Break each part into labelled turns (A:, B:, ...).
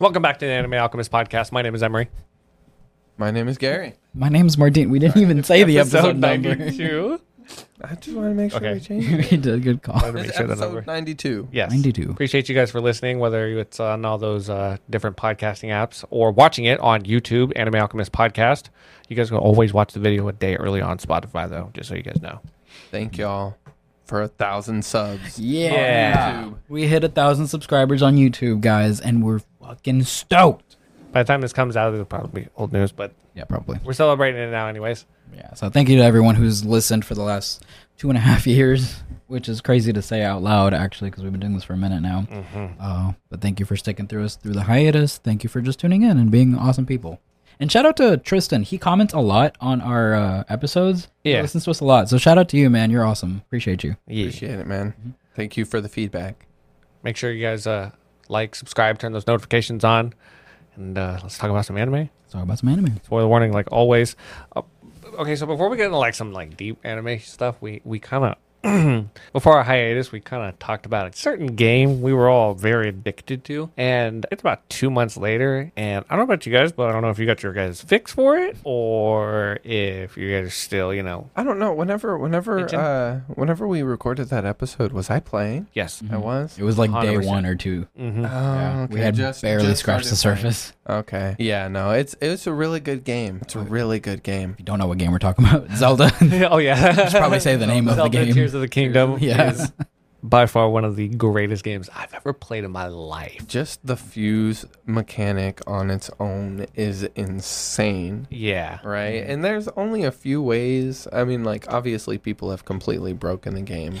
A: Welcome back to the Anime Alchemist podcast. My name is Emery.
B: My name is Gary.
C: My name's Mardine. We didn't even say the episode number.
B: I just want to make sure
A: Okay.
B: we change it.
C: we did a good call.
A: Let me
B: It's
A: make sure the number.
B: episode 92.
A: Yes.
C: 92.
A: Appreciate you guys for listening, whether it's on all those uh, different podcasting apps or watching it on YouTube, Anime Alchemist Podcast. You guys can always watch the video a day early on Spotify, though, just so you guys know.
B: Thank y'all for a thousand subs.
C: Yeah.
A: Yeah.
C: We hit a thousand subscribers on YouTube, guys, and we're fucking stoked.
A: By the time this comes out, it'll probably be old news, but
C: Yeah, probably.
A: we're celebrating it now, anyways.
C: Yeah. So thank you to everyone who's listened for the last two and a half years, which is crazy to say out loud, actually, because we've been doing this for a minute now.
A: Mm-hmm.
C: Uh, but thank you for sticking through us through the hiatus. Thank you for just tuning in and being awesome people. And shout out to Tristan. He comments a lot on our uh, episodes. He
A: Yeah.
C: listens to us a lot. So shout out to you, man. You're awesome. Appreciate you.
A: Yeah.
B: Appreciate it, man. Thank you for the feedback.
A: Make sure you guys uh, like, subscribe, turn those notifications on, and uh, let's talk about some anime.
C: Let's talk about some anime.
A: spoiler warning like always uh, okay so before we get into like some like deep anime stuff we we kind of before our hiatus we kind of talked about a certain game we were all very addicted to and it's about two months later and i don't know about you guys but i don't know if you got your guys fix for it or if you guys are still you know
B: I don't know. Whenever,
A: Hey,
B: whenever,
A: Jim.
B: uh, whenever we recorded that episode, was I playing?
A: yes Oh,
B: I was.
C: It was like day
A: 100%.
C: one or two.
A: hmm
B: Oh,
C: Yeah,
B: okay.
C: we had
B: Just-
C: barely
B: just
C: scratched the
B: started
C: surface.
B: playing. Okay. Yeah. No. It's it's a really good game. It's a really good game.
C: If you don't know what game we're talking about, Zelda.
A: oh yeah
C: probably say the name of the
A: Zelda
C: game.
A: Tears of the Kingdom
C: Yeah.
A: is by far one of the greatest games I've ever played in my life.
B: Just the fuse mechanic on its own is insane.
A: Yeah.
B: Right. And there's only a few ways. I mean, like, obviously, people have completely broken the game.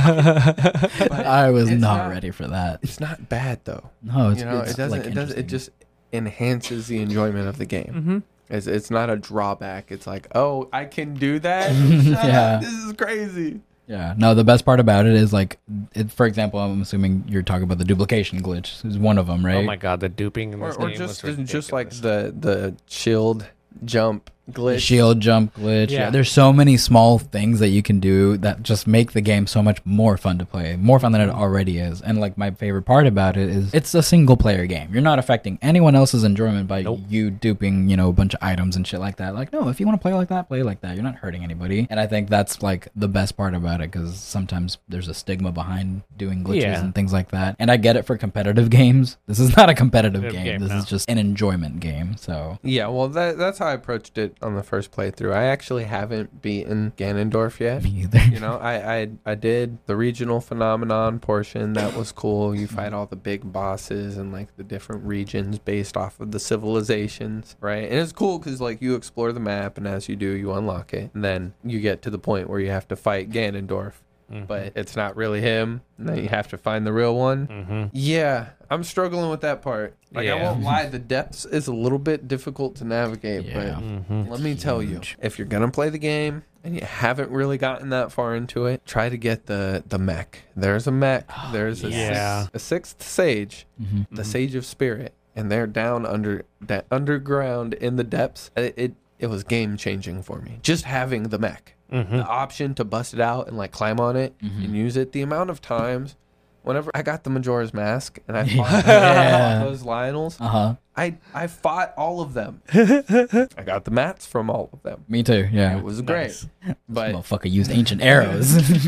C: Mm-hmm. I was
B: It's
C: not,
B: not-
C: ready for that.
B: It's not bad, though.
C: No, it's,
B: you know,
C: it's
B: it doesn't.
C: Like
B: it does. It
C: interesting.
B: just enhances the enjoyment of the game.
A: Mm-hmm.
B: It's it's not a drawback. It's like, oh, I can do that. Shut
C: Yeah.
B: up, this is crazy.
C: yeah. No, the best part about it is like, it, for example, I'm assuming you're talking about the duplication glitch. Is one of them, right?
A: Oh my god, the duping in
B: Or,
A: this
B: or
A: game
B: just
A: was
B: just like
A: ridiculous.
B: the the shield jump
C: The
B: glitch.
C: shield jump glitch.
A: Yeah.
C: Yeah. There's so many small things that you can do that just make the game so much more fun to play, more fun than it already is. And like my favorite part about it is it's a single player game. You're not affecting anyone else's enjoyment by
A: Nope.
C: you duping, you know, a bunch of items and shit like that. Like, no, if you want to play like that, play like that. You're not hurting anybody. And I think that's like the best part about it because sometimes there's a stigma behind doing glitches
A: Yeah.
C: and things like that. And I get it for competitive games. This is not a competitive
A: Competitive
C: game.
A: game,
C: This
A: no.
C: is just an enjoyment game. So
B: Yeah, well, that, that's how I approached it on the first playthrough. I actually haven't beaten Ganondorf yet.
C: me either.
B: You know, I, I I did the regional phenomenon portion. That was cool. You fight all the big bosses and like the different regions based off of the civilizations, right? And it's cool because like you explore the map, and as you do, you unlock it, and then you get to the point where you have to fight Ganondorf,
A: Mm-hmm.
B: but it's not really him. And then you have to find the real one.
A: Mm-hmm.
B: Yeah, I'm struggling with that part. Like I
A: Yeah.
B: won't lie, the depths is a little bit difficult to navigate,
C: Yeah.
B: but.
A: Mm-hmm.
B: Let me tell you,
C: huge.
B: if you're gonna play the game and you haven't really gotten that far into it, try to get the the mech. There's a mech. There's a,
A: yeah.
B: sixth, a sixth sage,
C: Mm-hmm.
B: the sage of spirit, and they're down under that underground in the depths. It it, it was game changing for me. Just having the mech,
A: Mm-hmm.
C: Mm.
B: the option to bust it out and like climb on it and use it. The amount of times. Whenever I got the Majora's Mask and I fought
C: Yeah.
B: those Lionels,
C: Uh huh.
B: I, I fought all of them. I got the mats from all of them.
C: Me too. Yeah.
B: It was great. But
C: Motherfucker used ancient arrows.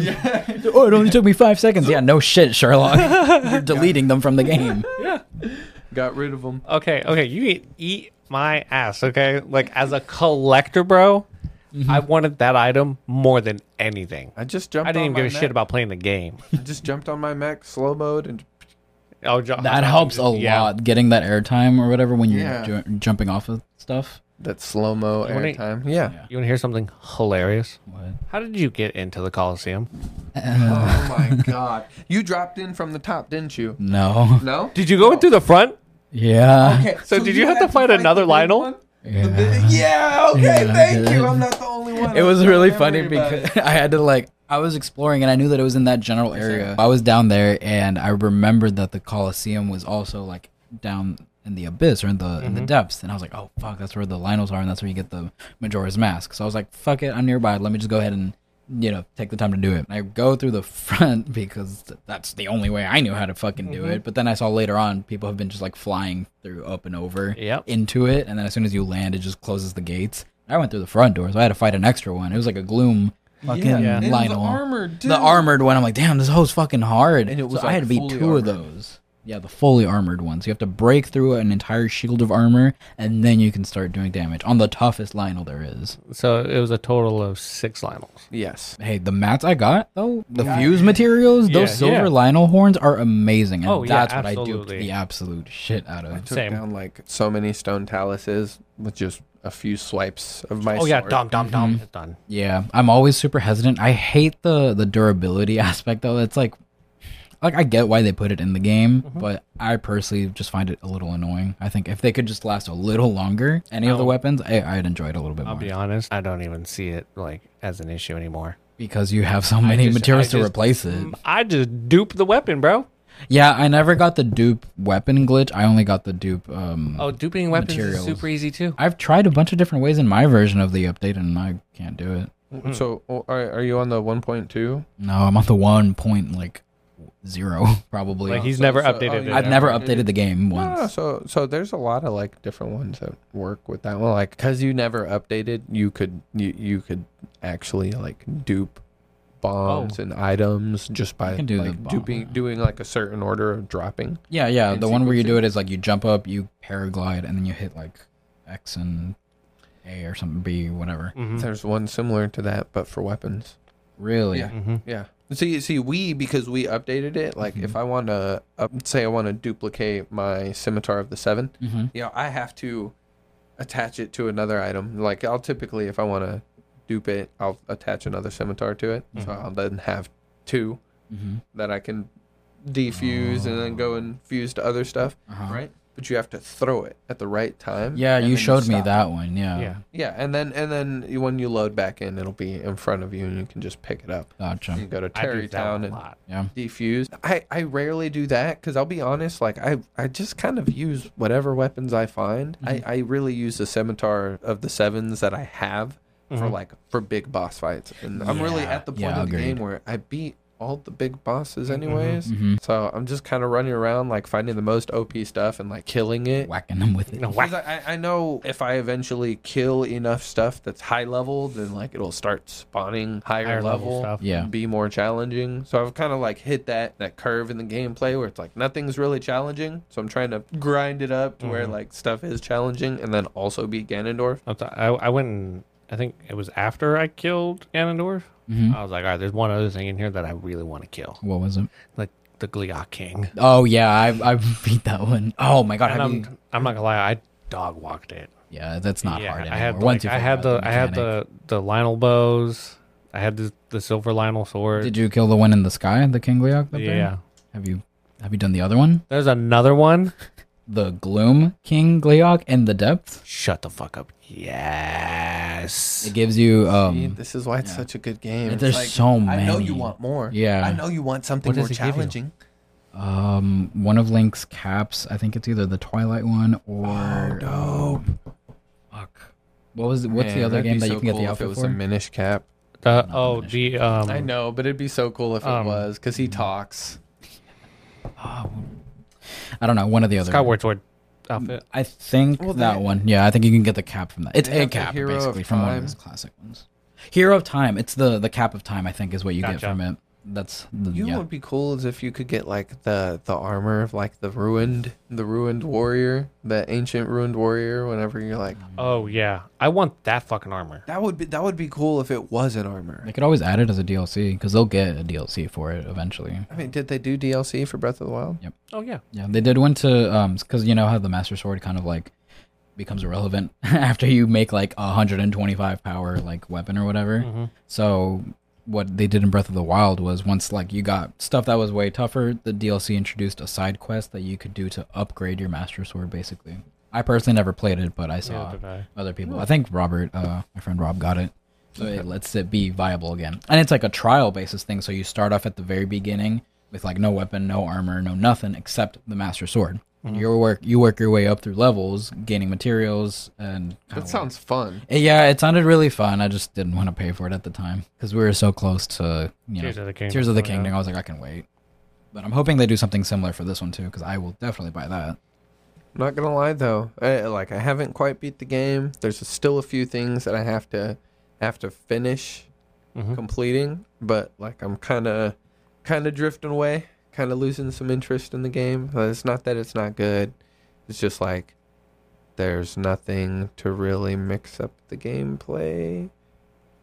C: oh, it only took me five seconds. Yeah, no shit, Sherlock. You're deleting them from the game.
B: got rid of them.
A: Okay, okay, you can eat my ass, okay? Like as a collector, bro, I wanted that item more than anything.
B: I just jumped.
A: I didn't
B: on
A: even
B: my
A: give a
B: mech.
A: shit about playing the game.
B: I just jumped on my mech slow mode and
A: Oh, jo-
C: That helps a
A: yeah.
C: lot, getting that airtime or whatever when you're
B: Yeah.
C: ju- jumping off of stuff.
B: that slow mo
A: You wanna-
B: airtime. Yeah.
A: You want to hear something hilarious?
C: What?
A: How did you get into the Coliseum?
B: Oh my god! You dropped in from the top, didn't you?
C: No.
B: No.
A: Did you go in through the front?
C: Yeah.
B: Okay,
A: So did you have to fight another
B: the big
A: Lionel?
B: one? The
C: Yeah.
B: big- yeah. Okay.
C: Yeah, I
B: thank
C: did.
B: you. I'm not the only one.
C: It
B: I
C: was
B: have
C: really
B: memory
C: funny
B: about
C: because
B: it.
C: I had to like I was exploring and I knew that it was in that general area. I was down there and I remembered that the Colosseum was also like down in the abyss or in the in the depths and I was like, "Oh fuck, that's where the Lionels are and that's where you get the Majora's mask." So I was like, "Fuck it, I'm nearby. Let me just go ahead and you know, take the time to do it. I go through the front because th- that's the only way I knew how to fucking do it. But then I saw later on people have been just like flying through up and over
A: Yep.
C: into it, and then as soon as you land, it just closes the gates. I went through the front door, so I had to fight an extra one. It was like a gloom fucking
A: Yeah.
B: And the
C: Lionel
B: armor, dude.
C: the armored one. I'm like, damn, this hoe's fucking hard.
B: And it was,
C: so I had to
B: like,
C: beat
B: fully
C: two
B: armored.
C: of those. Yeah, the fully armored ones. You have to break through an entire shield of armor, and then you can start doing damage on the toughest Lionel there is.
A: So it was a total of six Lionels.
B: Yes.
C: Hey, the mats I got though, the fuse materials, those
A: Yeah,
C: silver
A: yeah.
C: Lionel horns are amazing, and
A: Oh, yeah,
C: that's what I
A: absolutely.
C: duped the absolute shit out of.
B: Took
A: Same.
B: down like so many stone taluses with just a few swipes of my
A: oh yeah,
B: sword.
A: dom dom dom. It's Mm-hmm. done.
C: Yeah, I'm always super hesitant. I hate the the durability aspect though. It's like like I get why they put it in the game,
A: Mm-hmm.
C: but I personally just find it a little annoying. I think if they could just last a little longer, any of the
A: I'll-
C: weapons, I, I'd enjoy it a little bit
A: I'll
C: more
A: be honest. I don't even see it like as an issue anymore.
C: because you have so many
A: just-
C: materials
A: I
C: to
A: just-
C: replace it.
A: Mm, I just dupe the weapon, bro.
C: Yeah, I never got the dupe weapon glitch. I only got the dupe. Um,
A: Oh, duping weapons
C: Materials.
A: is super easy too.
C: I've tried a bunch of different ways in my version of the update, and I can't do it.
A: Mm-hmm.
B: So oh, are, are you on the 1.2?
C: No, I'm on the one point like zero probably.
A: Like he's
B: so-
A: never
B: so- oh,
A: updated. it
B: yeah.
C: I've never
A: ever.
C: updated the game
B: No,
C: once.
B: no, so so there's a lot of like different ones that work with that one. Like because you never updated, you could you you could actually like dupe bombs and items just by
C: Oh. can do the
B: like
C: bomb, Mm-hmm.
B: duping,
C: yeah.
B: doing like a certain order of dropping.
C: Yeah, yeah.
B: in
C: The one where you do it is like you jump up, you paraglide, and then you hit like X and A or something, B, whatever.
A: Mhm.
B: There's one similar to that, but for weapons.
C: Really?
B: Yeah.
A: Mhm.
B: Yeah. See, see, we because we updated it. Like,
C: Mm-hmm.
B: if I want to up, say I want to duplicate my scimitar of the seven,
C: Mm-hmm.
B: you know, I have to attach it to another item. Like, I'll typically, if I want to dupe it, I'll attach another scimitar to it, so I'll then have two
C: Mm-hmm.
B: that I can defuse and then go and fuse to other stuff.
C: Uh-huh.
B: Right. But you have to throw it at the right time.
C: Yeah,
B: and
C: you
B: then
C: showed me
B: stop.
C: that one. Yeah.
A: Yeah.
B: Yeah, and then and then when you load back in, it'll be in front of you, and you can just pick it up. You
C: Gotcha.
B: go to
A: I do that
B: Terrytown
A: a
B: and
A: lot.
C: Yeah.
B: defuse. I, I rarely do that because I'll be honest, like I, I just kind of use whatever weapons I find.
C: Mm-hmm.
B: I, I really use the scimitar of the sevens that I have for
A: Mhm.
B: like for big boss fights. And I'm really
C: Mm-hmm. Yeah.
B: at the point
C: Yeah,
B: of the
C: agreed.
B: game where I beat all the big bosses anyways.
C: Mm-hmm.
B: So I'm just kind of running around like finding the most OP stuff and like killing it.
C: Whacking them with it.
A: No, whack.
B: 'Cause I, I- I know if I eventually kill enough stuff that's high level, then like it'll start spawning higher,
A: Higher level
B: level
A: stuff.
C: Yeah.
B: be more challenging. So I've kind of like hit that that curve in the gameplay where it's like nothing's really challenging. So I'm trying to grind it up to
C: Mm-hmm.
B: where like stuff is challenging and then also beat Ganondorf.
A: I'm so- I, I went and I think it was after I killed Ganondorf.
C: Mhm.
A: I was like, all right, there's one other thing in here that I really want to kill,
C: What was it?
A: like the Gliok King.
C: Oh yeah, I I beat that one. Oh my god,
A: And
C: have you-
A: I'm, I'm not gonna lie, I dog walked it.
C: yeah, that's not
A: yeah,
C: hard anymore.
A: I had
C: Once
A: like,
C: you
A: I
C: figure
A: had
C: out
A: the, I had
C: mechanic.
A: the the Lionel bows. I had the the silver Lionel sword.
C: Did you kill the one in the sky, the King Leok? up there?
A: yeah.
C: Have you have you done the other one,
A: There's another one.
C: the Gloom King Gleok, and the Depth?
A: Shut the fuck up. Yes.
C: It gives you
B: See,
C: um
B: this is why it's such a good game. It's
C: there's so
B: I know
C: many.
B: you want more.
C: Yeah.
B: I know you want something
A: What
B: more
A: does it give you?
B: challenging.
C: um one of Link's caps. I think it's either the Twilight one or
B: Oh,
C: um, fuck. What was the, what's the other game that you can get the
B: if it
C: outfit
B: was
C: for?
B: a Minish cap.
A: Uh, oh, the um.
B: I know, but it'd be so cool if
A: Um,
B: it was because
C: mm.
B: he talks.
C: Ah, I don't know. One of the other.
A: Skyward Sword outfit.
C: I think
B: Well,
C: that
B: they-
C: one. Yeah, I think you can get the cap from that. It's
B: They
C: a
B: have the
C: cap
B: Hero of
C: basically from one of
B: Time.
C: his classic ones. Hero of Time. It's the the cap of time. I think is what you get
A: Gotcha.
C: from it. That's the,
B: You know
C: Mm, yeah.
B: what would be cool is if you could get like the the armor of like the ruined the ruined warrior, the ancient ruined warrior. Whenever you're like,
A: Oh yeah, I want that fucking armor.
B: that would be that would be cool if it was an armor.
C: They could always add it as a DLC because they'll get a DLC for it eventually.
B: I mean, did they do DLC for Breath of the Wild?
A: Oh yeah.
C: Yeah, they did one to um because you know how the Master Sword kind of like becomes irrelevant after you make like a hundred and twenty five power like weapon or whatever. So what they did in Breath of the Wild was once like you got stuff that was way tougher, the DLC introduced a side quest that you could do to upgrade your Master Sword. Basically, I personally never played it, but I saw
A: Neither did I.
C: other people. I think Robert, uh, my friend Rob, got it. So it lets it be viable again. And it's like a trial basis thing. So you start off at the very beginning with like no weapon, no armor, no nothing except the Master Sword. And you work you work your way up through levels, gaining materials, and kinda
B: That sounds fun.
C: like- yeah, it sounded really fun. I just didn't want to pay for it at the time because we were so close to you know
A: Tears of the Kingdom.
C: Tears of the
A: Yeah.
C: Kingdom. I was like, I can wait. But I'm hoping they do something similar for this one too, because I will definitely buy that.
B: Not gonna lie though, I, like I haven't quite beat the game. There's still a few things that I have to have to finish
A: Mhm.
B: completing, but like I'm kind of kind of drifting away, kind of losing some interest in the game. Uh, It's not that it's not good. It's just like there's nothing to really mix up the gameplay.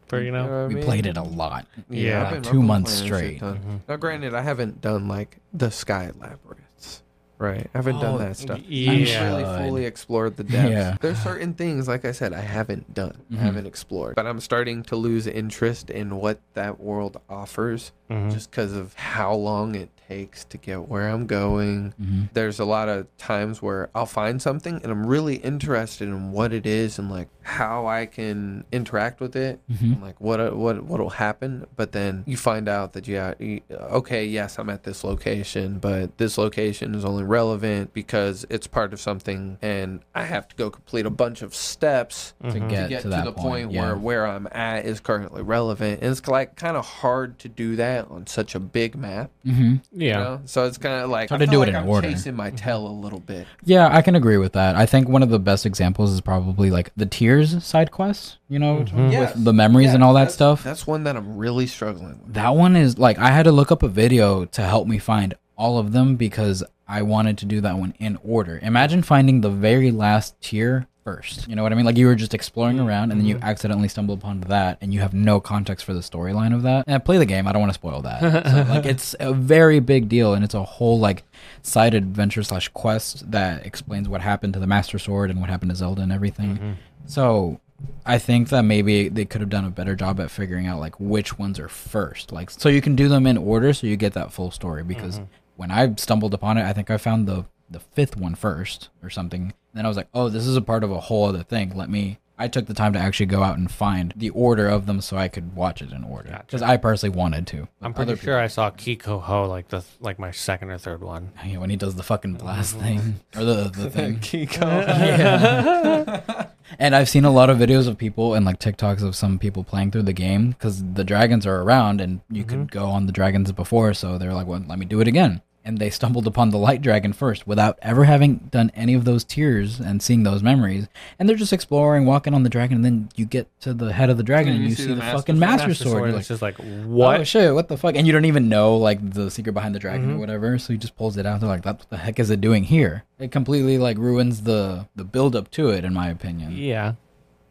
A: But, you know,
B: what I
C: We
B: mean?
C: played it a lot.
A: Yeah,
B: I've been-
C: two
B: I've been
C: months
B: playing this shit
C: straight.
B: ton.
A: Mhm.
B: Now, granted, I haven't done like the Sky Labyrinths, right? I haven't
C: Oh,
B: done that stuff.
A: Yeah.
B: I
C: sure-
B: haven't really
C: God.
B: fully explored the depths.
C: Yeah.
B: There's certain things, like I said, I haven't done,
C: Mhm.
B: I haven't explored, but I'm starting to lose interest in what that world offers
A: Mhm.
B: just because of how long it takes to get where I'm going.
C: hmm
B: There's a lot of times where I'll find something and I'm really interested in what it is and like how I can interact with it
C: hmm
B: and, like what uh, what what'll happen but then you find out that yeah you- okay yes i'm at this location but this location is only relevant because it's part of something and i have to go complete a bunch of steps
C: To
A: Mhm.
C: get
B: to
C: to,
B: get to,
C: that
B: the point,
C: yeah.
B: where where i'm at is currently relevant and it's like kind of hard to do that on such a big map
C: hmm
A: Yeah.
B: you know? so it's kind of like
C: Try
B: I
C: to
B: feel
C: do it
B: like
C: in
B: i'm
C: order. Mm-hmm.
B: chasing my tail a little bit
C: Yeah, I can agree with that. I think one of the best examples is probably like the Tears side quests, you know, which one-
B: Mm-hmm. Yes,
C: with the memories and all that
B: that's-
C: stuff.
B: that's one that i'm really struggling with
C: That one is like I had to look up a video to help me find all of them because I wanted to do that one in order. Imagine finding the very last tier first. You know what I mean? Like you were just exploring around and then you accidentally stumble upon that and you have no context for the storyline of that. And play the game, I don't want to spoil that. So, like it's a very big deal and it's a whole like side adventure slash quest that explains what happened to the Master Sword and what happened to Zelda and everything. So I think that maybe they could have done a better job at figuring out like which ones are first. Like so you can do them in order so you get that full story because
A: Mm-hmm.
C: when I stumbled upon it, I think I found the the fifth one first or something. And then I was like, "Oh, this is a part of a whole other thing. Let me I took the time to actually go out and find the order of them so I could watch it in order because I personally wanted to.
A: I'm
C: Like,
A: pretty
C: other
A: sure I saw Kiko Ho like the like my second or third one.
C: people- yeah, when he does the fucking blast thing or the the thing.
B: Kiko.
C: And I've seen a lot of videos of people and like TikToks of some people playing through the game because the dragons are around and you could go on the dragons before. So they're like, well, let me do it again. And they stumbled upon the light dragon first without ever having done any of those tears and seeing those memories. And they're just exploring, walking on the dragon. And then you get to the head of the dragon and you, see, the,
B: master
C: fucking
B: sword.
C: master, sword. You're
A: and
C: like,
A: it's just like what? Mm-hmm.
C: Oh shit! What the fuck? And you don't even know like the secret behind the dragon or whatever. So he just pulls it out. They're like, "What the heck is it doing here?" It completely like ruins the the build up to it, in my opinion.
A: yeah.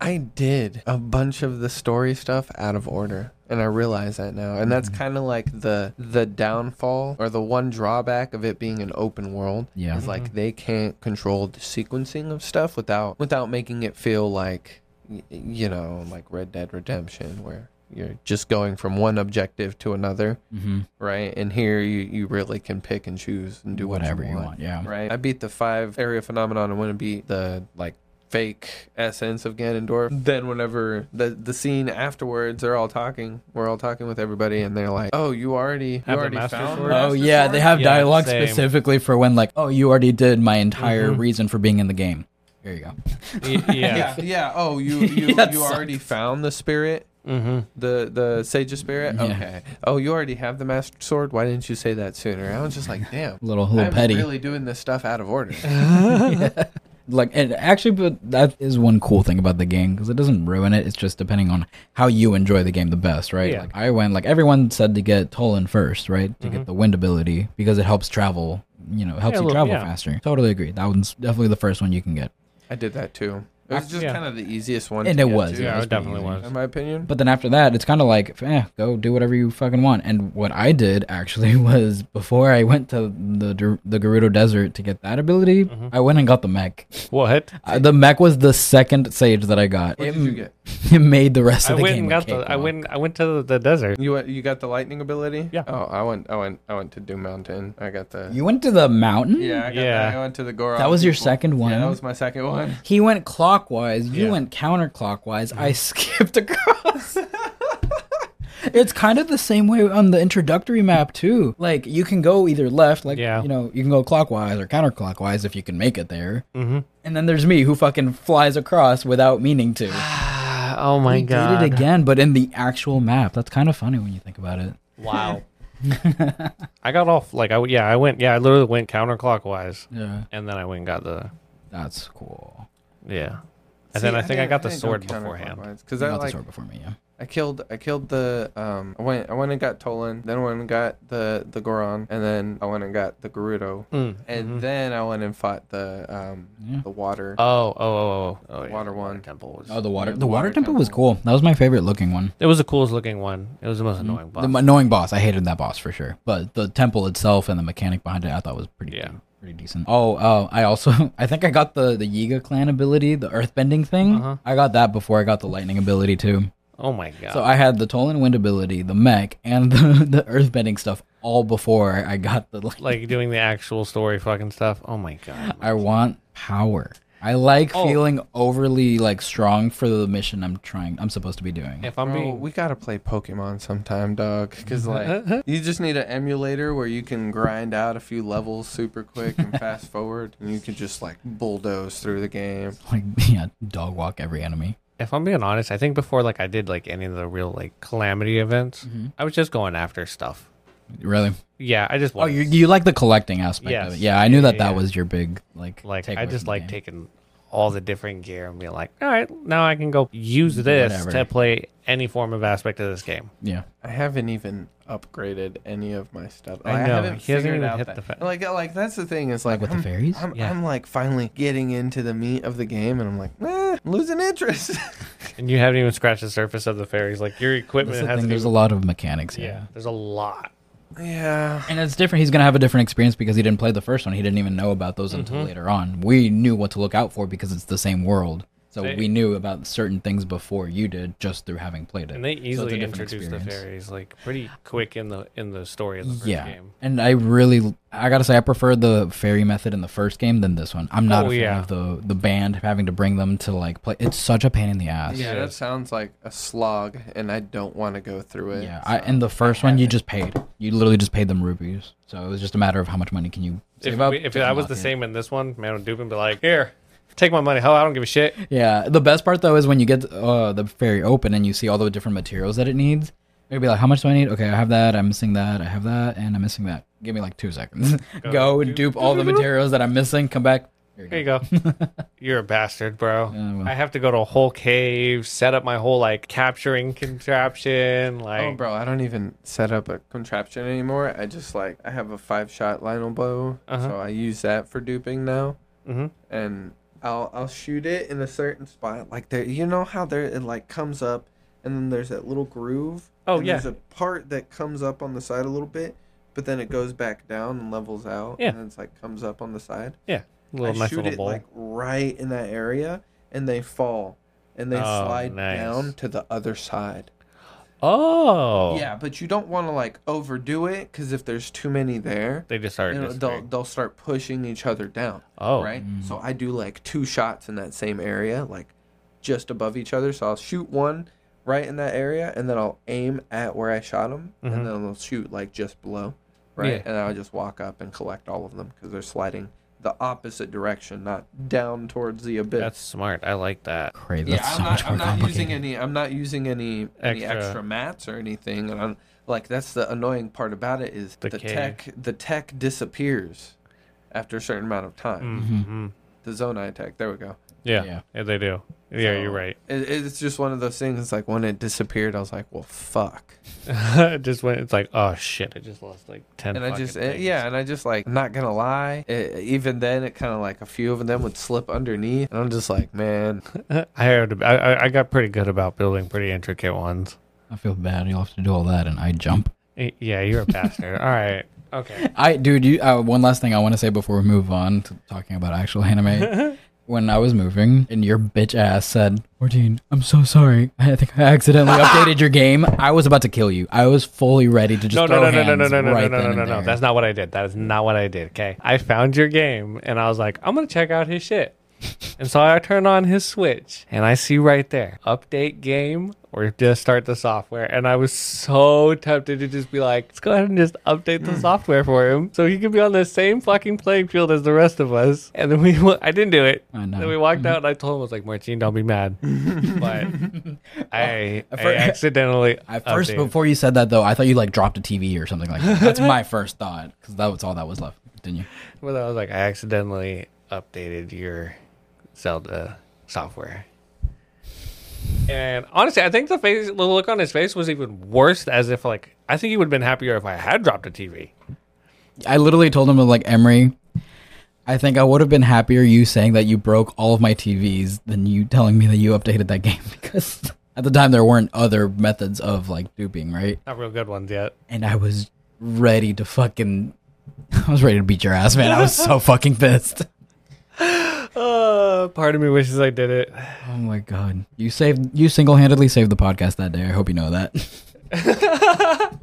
B: I did a bunch of the story stuff out of order, and I realize that now. And that's
C: Mm-hmm.
B: kind of like the the downfall or the one drawback of it being an open world
C: Yeah.
B: is like they can't control the sequencing of stuff without without making it feel like y- you know, like Red Dead Redemption where you're just going from one objective to another,
C: Mm-hmm.
B: right? And here you you really can pick and choose and do
C: Whatever you want. Yeah.
B: right? I beat the five area phenomenon. I want to beat the like fake essence of Ganondorf. Then whenever the the scene afterwards, they're all talking. We're all talking with everybody, and they're like, "Oh, you already you
A: Have the
B: already
A: Master
B: found
A: Sword?
B: the
C: Oh
B: Master
C: yeah,
B: Sword?"
C: they have
A: Yeah,
C: dialogue
A: same. Mm-hmm.
C: specifically for when like, "Oh, you already did my entire reason for being in the game." Here you go.
A: Y-
B: Yeah,
A: yeah.
B: yeah. Oh, you you,
C: That
B: you already found the spirit,
A: mm-hmm.
B: the the sage of spirit.
C: Yeah.
B: Okay. Oh, you already have the master sword. Why didn't you say that sooner? I was just like, damn,
C: Little little
B: I'm
C: petty.
B: really doing this stuff out of order.
C: like and actually but that is one cool thing about the game because it doesn't ruin it it's just depending on how you enjoy the game the best right
A: Yeah.
C: like i went like everyone said to get tolan first right to get the wind ability because it helps travel you know
A: Mm-hmm. Yeah,
C: helps
A: a
C: you
A: little-
C: travel
A: yeah.
C: faster totally agree that one's definitely the first one you can get
B: I did that too. It was just
A: Yeah.
B: kind of the easiest one,
C: And
B: to
C: it
B: get
C: was,
B: to,
A: Yeah,
C: that's
A: it definitely
C: pretty easy.
A: was.
B: in my opinion.
C: But then after that, it's kind of like, eh, go do whatever you fucking want. And what I did actually was before I went to the Dur- the Gerudo Desert to get that ability,
A: Mm-hmm.
C: I went and got the mech.
A: What?
C: Uh, the mech was the second sage that I got.
B: What
C: it,
B: did you get?
C: it made the rest
A: I
C: of the
A: went
C: game.
A: and
C: a
A: got the. I
C: cakewalk.
A: went. I went to the, the desert.
B: You went, you got the lightning ability?
A: Yeah.
B: Oh, I went I went I went to Doom Mountain. I got the
C: You went to the mountain.
B: Yeah, I got
A: Yeah.
B: The, I went to the Goron.
C: That was your
B: people.
C: second one?
B: Yeah, that was my second one.
C: He went clockwise. You
A: Yeah.
C: went counterclockwise. I skipped across. It's kind of the same way on the introductory map too. Like you can go either left, like
A: Yeah.
C: you know, you can go clockwise or counterclockwise if you can make it there.
A: Mm-hmm.
C: And then there's me who fucking flies across without meaning to.
A: oh my
C: Ah, We
A: god!
C: did it again, but in the actual map. That's kind of funny when you think about it.
A: Wow. I got off like I w- yeah I went yeah I literally went counterclockwise
C: Yeah,
A: and then I went and got the
C: that's cool.
A: yeah and then I think I, got the sword beforehand.
B: because
C: You
B: I
C: got the
B: like
C: sword before me. Yeah.
B: I killed I killed the um I went I went and got Tolan, then I went and got the the Goron, and then I went and got the Gerudo,
A: Mm,
B: and
A: mhm.
B: then I went and fought the um
C: Yeah.
B: the water.
A: oh oh oh oh, oh yeah,
B: Water
A: the
B: one.
A: temple was
C: Oh, the
B: water-
C: water.
B: Yeah,
C: The,
B: the
C: water,
B: water
C: temple, was
B: temple.
C: cool. That was my favorite looking one.
A: it was the coolest looking one. It was the most annoying boss.
C: Mm-hmm. The annoying boss. I hated that boss for sure. But the temple itself and the mechanic behind it, I thought was pretty.
A: Yeah.
C: Pretty decent. Oh, uh, I also I think I got the the Yiga clan ability, the earthbending thing.
A: Uh-huh.
C: I got that before I got the lightning ability too.
A: oh my god!
C: So uh, I had the Tolan Wind ability, the mech, and the, the earthbending stuff all before I got the lightning.
A: like doing the actual story fucking stuff. Oh my god!
C: I want power. I like
A: Oh.
C: feeling overly like strong for the mission I'm trying I'm supposed to be doing.
A: If I'm
B: Bro,
A: being
B: we gotta play Pokemon sometime, dog. Because like, you just need an emulator where you can grind out a few levels super quick and fast forward, and you can just like bulldoze through the game.
C: Like yeah, dog walk every enemy.
A: if I'm being honest, I think before like I did like any of the real like calamity events,
C: Mm-hmm.
A: I was just going after stuff.
C: Really?
A: Yeah, I just
C: Oh,
A: wanted
C: you, you like the collecting aspect
A: Yes.
C: of it. Yeah, I knew that
A: Yeah,
C: that
A: yeah.
C: was your big like.
A: like
C: takeaway
A: I
C: from
A: just
C: the
A: like
C: game.
A: taking all the different gear and being like, all right, now I can go use this
C: whatever.
A: to play any form of aspect of this game.
C: Yeah,
B: I haven't even upgraded any of my stuff.
A: I
B: Like,
A: know,
B: haven't
A: he hasn't
B: figured
A: even
B: out
A: hit
B: that-
A: the fa-
B: like, uh, like that's the thing is like,
C: like with
B: I'm,
C: the fairies.
B: I'm,
A: Yeah.
B: I'm like finally getting into the meat of the game, and I'm like, eh, losing interest.
A: And you haven't even scratched the surface of the fairies. Like your
C: That's
A: equipment
C: the
A: has
C: thing.
A: to
C: There's a
A: be,
C: lot of mechanics.
A: yeah.
C: Yeah.
A: there's a lot.
B: yeah.
C: and it's different. He's gonna have a different experience because he didn't play the first one. He didn't even know about those
A: Mm-hmm.
C: until later on. We knew what to look out for because it's the same world. So
A: They-
C: we knew about certain things before you did, just through having played it.
A: And they
C: So it's a
A: easily
C: different
A: introduce the
C: experience.
A: fairies like pretty quick in the in the story of the first
C: Yeah,
A: game.
C: and I really, I gotta say, I prefer the fairy method in the first game than this one. I'm not
A: Oh,
C: a fan
A: yeah.
C: of the the band having to bring them to like play. It's such a pain in the ass.
B: Yeah, that sounds like a slog, and I don't want to go through it.
C: Yeah, I,
B: so
C: and the first one you
B: haven't.
C: just paid. You literally just paid them rupees. So it was just a matter of how much money can you save
A: If,
C: up.
A: we, if
C: to
A: that was
C: unlock
A: the
C: it.
A: same in this one, man would dupe and be like, here, take my money. Hell, I don't give a shit.
C: Yeah, the best part though is when you get uh, the fairy open and you see all the different materials that it needs. You'll be like, how much do I need? Okay, I have that. I'm missing that. I have that, and I'm missing that. Give me like two seconds.
A: Go
C: Go and
A: dupe-
C: dupe all the materials that I'm missing. Come back. Here
A: Here you go. You're a bastard, bro.
C: Yeah, well.
A: I have to go to a whole cave, set up my whole like capturing contraption. Like,
B: Oh, bro, I don't even set up a contraption anymore. I just like I have a five shot Lionel bow,
A: Uh-huh.
B: so I use that for duping now,
A: Mhm.
B: Mm-hmm. and I'll I'll shoot it in a certain spot. Like there, you know how there it like comes up, and then there's that little groove.
A: Oh,
B: and
A: yeah.
B: There's a part that comes up on the side a little bit, but then it goes back down and levels out.
A: Yeah.
B: And then it's like comes up on the side.
A: yeah, little
B: I
A: nice
B: shoot
A: little
B: it
A: bowl.
B: like right in that area, and they fall, and they
A: Oh,
B: slide
A: nice.
B: down to the other side.
A: oh,
B: Yeah, but you don't want to like overdo it because if there's too many there,
A: They just started.
B: you know, they'll they'll start pushing each other down.
A: oh,
B: right. So I do like two shots in that same area, like just above each other. So I'll shoot one right in that area, and then I'll aim at where I shot them, and then I'll shoot like just below, right?
A: Mm-hmm. Yeah.
B: And I'll just walk up and collect all of them because they're sliding the opposite direction, not down towards the abyss.
A: that's smart. I like that.
C: Crazy.
B: Yeah,
C: That's so
B: I'm
C: much
B: not.
C: more
B: I'm not
C: complicated.
B: using any. I'm not using any any
A: Extra.
B: extra mats or anything. And I'm like, that's the annoying part about it is
A: The
B: the,
A: cave.
B: tech. The tech disappears after a certain amount of time.
A: Mm-hmm.
B: The Zonai tech. There we go.
A: Yeah, yeah,
C: Yeah.
A: they do. Yeah,
B: So-
A: you're right.
B: It, it's just one of those things. It's like when it disappeared, I was like, well, fuck.
A: It just went. It's like, oh shit, I just lost like ten.
B: And I just eh,
A: fucking things.
B: yeah, and I just like I'm not gonna lie. It, even then, it kind of like a few of them would slip underneath, and I'm just like, man,
A: I heard. I- I I got pretty good about building pretty intricate ones.
C: I feel bad. You'll have to do all that, and I jump.
A: Eh, Yeah, you're a bastard. All right. Okay.
C: I, dude, you, uh, one last thing I want to say before we move on to talking about actual anime. when I was moving, and your bitch ass said, "14, I'm so sorry. I think I accidentally updated your game. I was about to kill you. I was fully ready to just
A: no,
C: throw
A: no, no, no,
C: hands
A: no, no, no, no,
C: right
A: no, no,
C: then
A: no,
C: and
A: no.
C: there.
A: That's not what I did. That is not what I did. Okay. I found your game and I was like, I'm gonna check out his shit. And so I turn on his Switch and I see right there update game or just start the software. And I was so tempted to just be like, let's go ahead and just update
C: Hmm.
A: the software for him so he can be on the same fucking playing field as the rest of us. And then we, wa- I didn't do it.
C: I know. Mm-hmm.
A: Then we walked out and I told him, I was like, Martine, don't be mad. but I,
C: I
A: I,
C: fir-
A: accidentally.
C: At first,
A: updated.
C: before you said that though, I thought you like dropped a TV or something like that. That's my first thought because that was all that was left. Continue.
A: Well, I was like, I accidentally updated your Zelda software. And honestly, I think the face, the look on his face was even worse. As if like, I think he would have been happier if I had dropped a TV.
C: I literally told him like Emery. I think I would have been happier you saying that you broke all of my TVs than you telling me that you updated that game because at the time there weren't other methods of like duping, right?
A: Not real good ones yet.
C: And I was ready to fucking, I was ready to beat your ass, man. I was so fucking pissed.
A: Uh, part of me wishes I did it.
C: Oh my god, you saved, you single handedly saved the podcast that day. I hope you know that.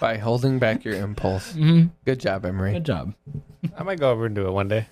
B: by holding back your impulse. Good job, Emery.
C: Good job.
A: I might go over and do it one day.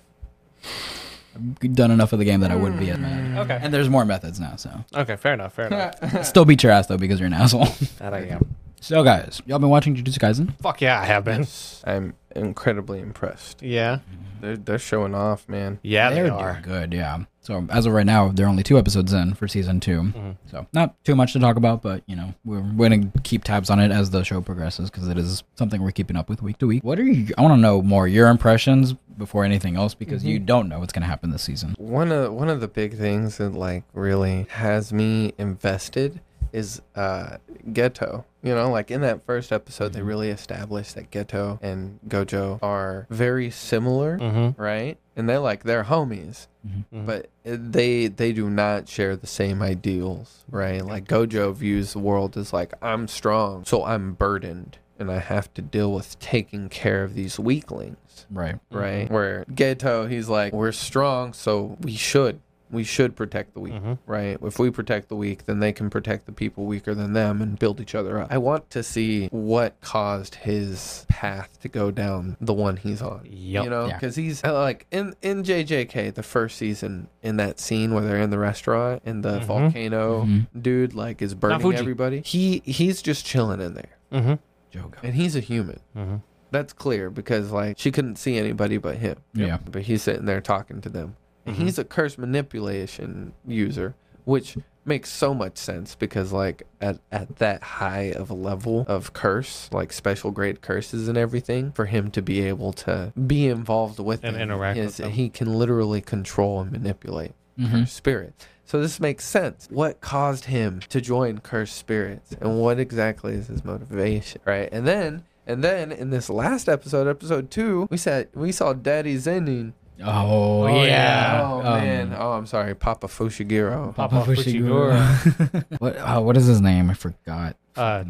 C: You've done enough of the game that I wouldn't be as mad.
A: Okay.
C: And there's more methods now, so
A: Okay. Fair enough. Fair enough.
C: still beat your ass though because you're an asshole.
A: that I am.
C: so guys, y'all been watching Jujutsu Kaisen?
A: Fuck yeah, I have been.
B: I'm incredibly impressed.
A: Yeah.
B: They're, they're showing off, man.
A: Yeah,
C: They're
A: they are.
C: doing good, yeah. So as of right now, they're only two episodes in for season 2 So not too much to talk about, but you know we're, we're gonna keep tabs on it as the show progresses because it is something we're keeping up with week to week. What are you? I want to know more your impressions before anything else because you don't know what's gonna happen this season.
B: One of one of the big things that like really has me invested is uh Ghetto. You know, like in that first episode they really established that Ghetto and Gojo are very similar,
A: Mhm.
B: right? And they're like they're homies. But they they do not share the same ideals, right? Like Gojo views the world as like I'm strong, so I'm burdened and I have to deal with taking care of these weaklings
C: Right.
B: right? Where Geto, he's like, we're strong, so we should. We should protect the weak,
A: Mm-hmm.
B: right? If we protect the weak, then they can protect the people weaker than them and build each other up. I want to see what caused his path to go down the one he's on.
A: Yup.
B: You know,
C: Yeah.
B: because he's uh, like in in JJK the first season in that scene where they're in the restaurant and
A: Mm-hmm.
B: the
C: Oh.
B: volcano
C: Mm-hmm.
B: dude like is burning
A: Fuji.
B: everybody. He he's just chilling in there,
A: Mhm.
C: Jogo.
B: and he's a human.
A: Mhm.
B: That's clear because like she couldn't see anybody but him.
C: Yeah.
B: But he's sitting there talking to them. And
A: Mm-hmm.
B: he's a curse manipulation user, which makes so much sense because like at, at that high of a level of curse, like special grade curses and everything, for him to be able to be involved with
A: Mm-hmm. And
B: them
A: interact with
B: is-
A: them.
B: he can literally control and manipulate
C: Mm-hmm.
B: cursed spirits. So this makes sense. What caused him to join cursed spirits, and what exactly is his motivation, right? And then, and then in this last episode, episode two, we said we saw Daddy Zenin.
C: Oh, yeah.
B: Oh
C: Um,
B: man. Oh, I'm sorry, Papa Fushiguro.
A: Papa
C: Papa Fushiguro. what? Uh, what is his name? I forgot.
A: Uh,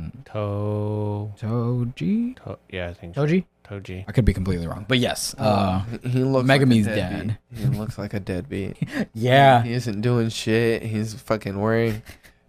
A: to,
C: Toji.
A: to. Yeah, I think so.
C: Toji.
A: Toji.
C: I could be completely wrong, but yes.
B: Oh.
C: Uh,
B: He- he looks
C: Megami's
B: like a deadbeat.
C: dad.
B: He looks like a deadbeat.
C: yeah.
B: He isn't doing shit. He's fucking wearing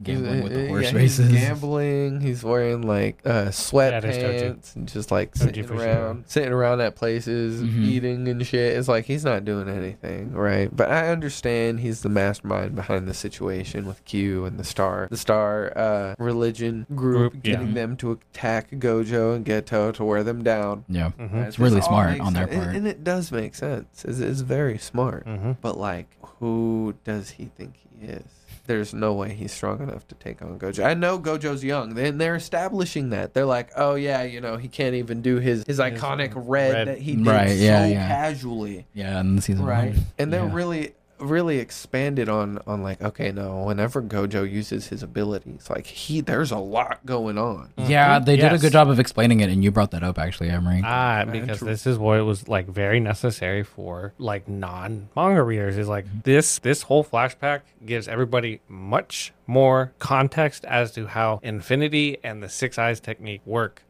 C: Gambling with the
B: yeah,
C: horse
B: he's
C: races.
B: Gambling. He's wearing like uh,
A: That is Toji.
B: sweatpants and just like
A: Toji
B: sitting
A: for sure.
B: around, sitting around at places,
C: Mhm.
B: eating and shit. It's like he's not doing anything, right? But I understand he's the mastermind behind the situation with Q and the Star, the Star uh, religion group,
A: Group, yeah.
B: getting them to attack Gojo and Geto to wear them down.
C: Yeah.
A: Mhm.
C: It's really
B: This all
C: smart
B: makes
C: on their
B: sense. And-
C: part.
B: and it does make sense. It's, it's very smart.
A: Mhm.
B: But like, who does he think he is? There's no way he's strong enough to take on Gojo. I know Gojo's young. Then they're establishing that. They're like, oh yeah, you know, he can't even do his his iconic red,
A: red.
B: that he did
C: Right,
B: so
C: yeah, yeah.
B: casually.
C: Yeah, in the season
B: Right.
C: one.
B: And they're
C: Yeah.
B: really really expanded on on like, okay, no, whenever Gojo uses his abilities, like he there's a lot going on.
C: Yeah, they did
A: Yes.
C: a good job of explaining it, and you brought that up actually, Emery.
A: Ah, because
B: true.
A: this is what was like very necessary for like non manga readers. Is like this this whole flashback gives everybody much more context as to how infinity and the six eyes technique work,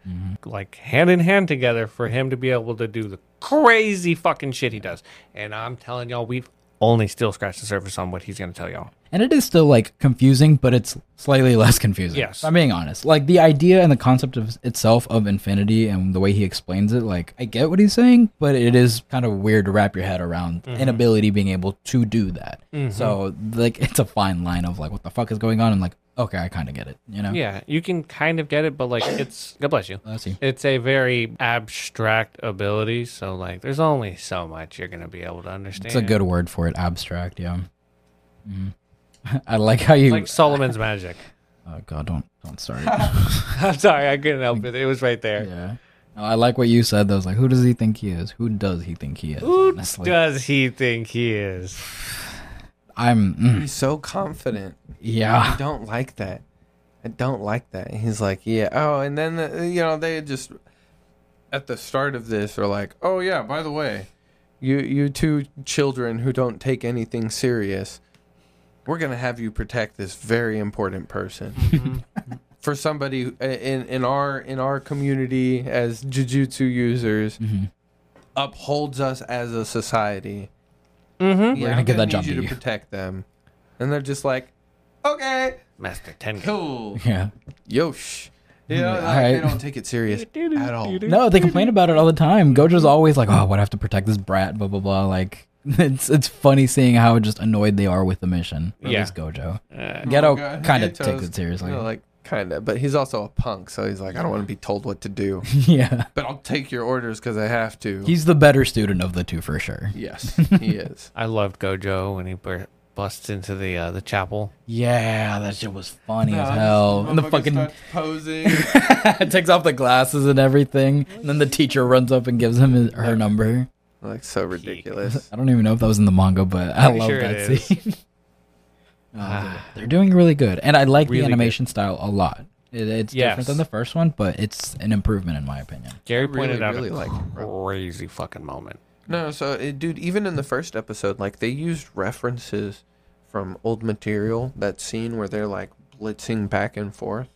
A: like hand in hand together for him to be able to do the crazy fucking shit he does. And I'm telling y'all, we've only still scratched the surface on what he's gonna tell y'all.
C: And it is still like confusing, but it's slightly less confusing.
A: Yes.
C: If I'm being honest. Like the idea and the concept of itself of infinity and the way he explains it, like I get what he's saying, but it is kind of weird to wrap your head around inability being able to do that. So like it's a fine line of like what the fuck is going on and like, okay, I kinda get it. You know?
A: Yeah, you can kind of get it, but like it's God bless you.
C: Bless you.
A: It's a very abstract ability, so like there's only so much you're gonna be able to understand.
C: It's a good word for it, abstract, yeah. Mhm. I like how you
A: like Solomon's magic.
C: Oh god, don't don't start.
A: I'm sorry, I couldn't help it. It was right there.
C: yeah. No, I like what you said though. It's like who does he think he is? Who does he think he is?
A: Who
C: honestly.
A: does he think he is?
C: I'm mm,
B: He's so confident. I
C: yeah.
B: don't like that. I don't like that. And he's like, yeah. Oh, and then the, you know they just at the start of this are like, oh yeah. By the way, you you two children who don't take anything serious, we're gonna have you protect this very important person.
A: Mm-hmm.
B: For somebody who- in in our in our community as jujutsu users, upholds us as a society. Mm-hmm.
C: We're gonna give that job
B: you
C: to
B: to
C: you.
B: protect them, and they're just like, okay,
A: Master Tengen.
B: cool.
C: Yeah.
B: Yosh. Yeah,
C: All
B: like,
C: right.
B: they don't take it serious at all.
C: No, they complain about it all the time. Gojo's always like, "Oh, what I have to protect this brat." Blah blah blah. Like it's it's funny seeing how just annoyed they are with the mission. Or
A: Yeah.
C: At least Gojo.
A: Uh,
C: Ghetto
B: God,
C: kind of
B: Ghetto's-
C: takes it seriously.
B: You know, like kind of, but he's also a punk, so he's like, I don't want to be told what to do,
C: yeah.
B: but I'll take your orders because I have to.
C: He's the better student of the two for sure.
B: yes, he is.
A: I loved Gojo when he bur- busts into the uh, the chapel.
C: Yeah, that shit was funny as hell. And the fucking
B: posing.
C: takes off the glasses and everything. And then the teacher runs up and gives him his, her number.
B: like so ridiculous.
C: I don't even know if that was in the manga, but I
A: Pretty
C: love
A: sure
C: that
A: it is. Ah.
C: scene. No, they're doing really good, and I like
A: Really
C: the
A: good.
C: animation style a lot. It, it's different
A: Yes.
C: than the first one, but it's an improvement in my opinion.
A: Gary
B: really,
A: pointed out
B: really
A: a
B: like it, bro.
A: crazy fucking moment.
B: No, so it, dude, even in the first episode, like they used references from old material. That scene where they're like blitzing back and forth,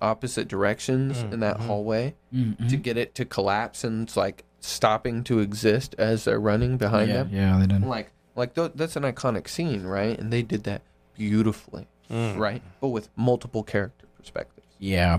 B: opposite directions in that hallway.
A: Mm-hmm.
C: Mm-hmm.
B: to get it to collapse and it's like stopping to exist as they're running behind
C: Yeah,
B: them.
C: yeah, they did.
B: Like, like th- that's an iconic scene, right? And they did that beautifully,
C: Mm.
A: Mm.
B: right? But with multiple character perspectives.
C: Yeah,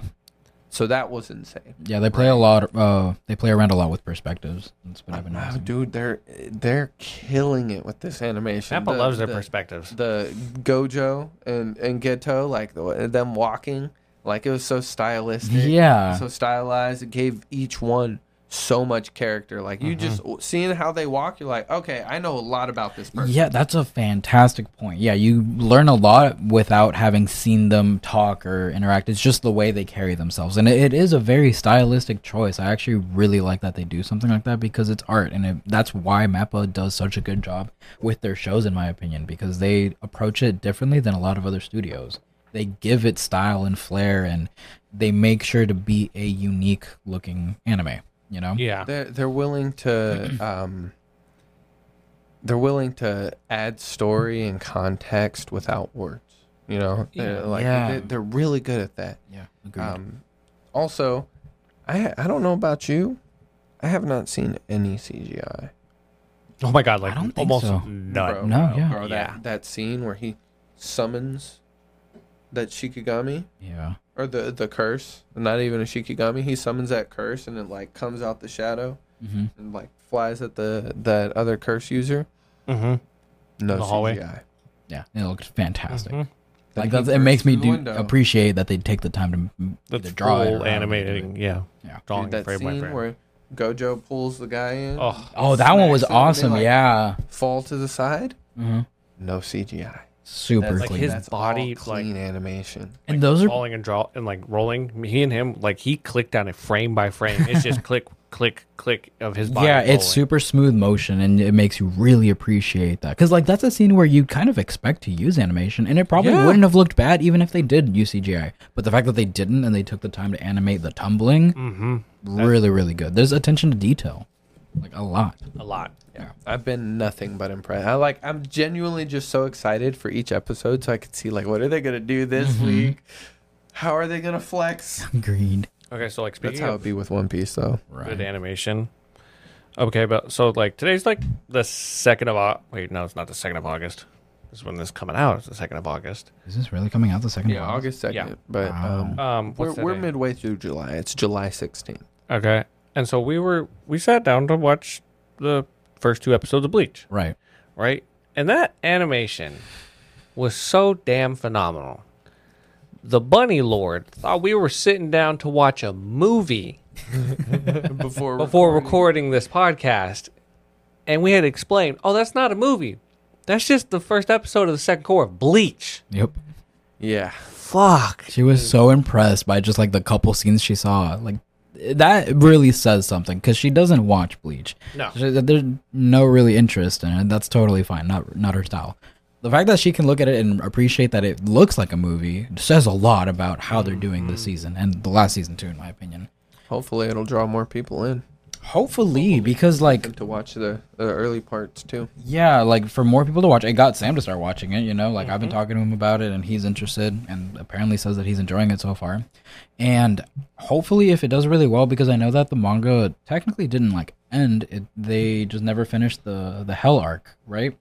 B: So that was insane.
C: yeah, they play a lot. Uh, they play around a lot with perspectives. That's what I've been
B: Wow,
C: noticing.
B: dude, they're they're killing it with this animation.
A: Apple
B: The-
A: loves their
B: the-
A: perspectives.
B: The Gojo and and Geto, like the, them walking, like it was so stylistic.
C: Yeah,
B: so stylized. It gave each one so much character. Like
C: Uh-huh.
B: you just seeing how they walk, you're like, okay, I know a lot about this person.
C: yeah, that's a fantastic point. Yeah, you learn a lot without having seen them talk or interact. It's just the way they carry themselves, and it, it is a very stylistic choice. I actually really like that they do something like that because it's art, and it, that's why Mappa does such a good job with their shows, in my opinion, because they approach it differently than a lot of other studios. They give it style and flair, and they make sure to be a unique looking anime. You know?
A: Yeah.
B: They're they're willing to um they're willing to add story and context without words. You know? They're like
C: Yeah.
B: they- they're really good at that.
C: Yeah. Agreed.
B: Um also, I I don't know about you. I have not seen any CGI.
A: Oh my god, like
C: I don't think
A: almost
C: so.
A: none.
B: bro,
C: No,
B: bro,
C: yeah.
B: bro, that,
A: Yeah.
B: that scene where he summons that Shikigami
C: yeah.
B: or the the curse, not even a Shikigami. He summons that curse and it like comes out the shadow
C: hmm
B: and like flies at the that other curse user.
A: Mm-hmm.
B: No
A: the hallway?
B: CGI.
C: Yeah. It looks fantastic.
B: Then
C: like
B: he
C: that's, it
B: bursts
C: makes me
B: through the
C: do
B: window.
C: appreciate that they take the time to m-
A: That's
C: either draw it
A: full
C: or
A: animating. Yeah.
C: Yeah.
A: Drawing
B: Dude, that
A: frame by
B: scene
A: frame.
B: where Gojo pulls the guy in,
A: oh,
C: Oh, that one was
B: Snacks, and they,
C: awesome.
B: like,
C: yeah,
B: fall to the side.
C: hmm
B: No CGI.
C: super
B: That's like
C: clean.
A: his
B: that's
A: body,
B: all clean animation.
C: and those are
A: falling and draw and like rolling. He and him, like he clicked on it frame by frame. It's just click, click, click of his body.
C: yeah, it's
A: rolling.
C: super smooth motion, and it makes you really appreciate that. Because like that's a scene where you kind of expect to use animation, and it probably
B: Yeah.
C: wouldn't have looked bad even if they did use CGI. But the fact that they didn't and they took the time to animate the tumbling,
A: Mm-hmm.
C: really, really good. There's attention to detail, like a lot.
A: a lot.
C: Yeah,
B: I've been nothing but impressed. I like I'm genuinely just so excited for each episode so I can see like what are they gonna do this
C: Mm-hmm.
B: week? How are they gonna flex?
C: agreed.
A: Okay, so like
B: That's
A: speaking
B: how
A: of
B: it be with One Piece though.
A: good animation. Okay, but so like today's like the second of Au- wait, no, it's not the second of August. is when this is coming out. It's the second of August.
C: Is this really coming out the second?
B: Yeah,
C: of August?
B: August 2nd.
A: Yeah.
B: But
C: Wow.
B: um,
A: Um,
B: we're,
A: what's that
B: we're
A: day?
B: midway through July. It's July 16th.
A: Okay, and so we were we sat down to watch the first two episodes of Bleach.
C: Right.
A: right? And that animation was so damn phenomenal. The Bunny Lord thought we were sitting down to watch a movie
B: Before,
A: before recording this podcast, and we had explained, "Oh, that's not a movie. That's just the first episode of the second core of Bleach."
C: Yep.
B: Yeah.
A: Fuck.
C: She was so impressed by just like the couple scenes she saw. Like that really says something because she doesn't watch Bleach.
A: No.
C: She- there's no really interest in it. That's totally fine. Not not her style. The fact that she can look at it and appreciate that it looks like a movie says a lot about how they're doing this season and the last season too, in my opinion.
B: Hopefully, it'll draw more people in
C: Hopefully, because like
B: to watch the, the early parts too.
C: yeah, like for more people to watch, it got Sam to start watching it. You know, like I've been talking to him about it, and he's interested, and apparently says that he's enjoying it so far. And hopefully, if it does really well, because I know that the manga technically didn't like end, it, they just never finished the the Hell arc, right?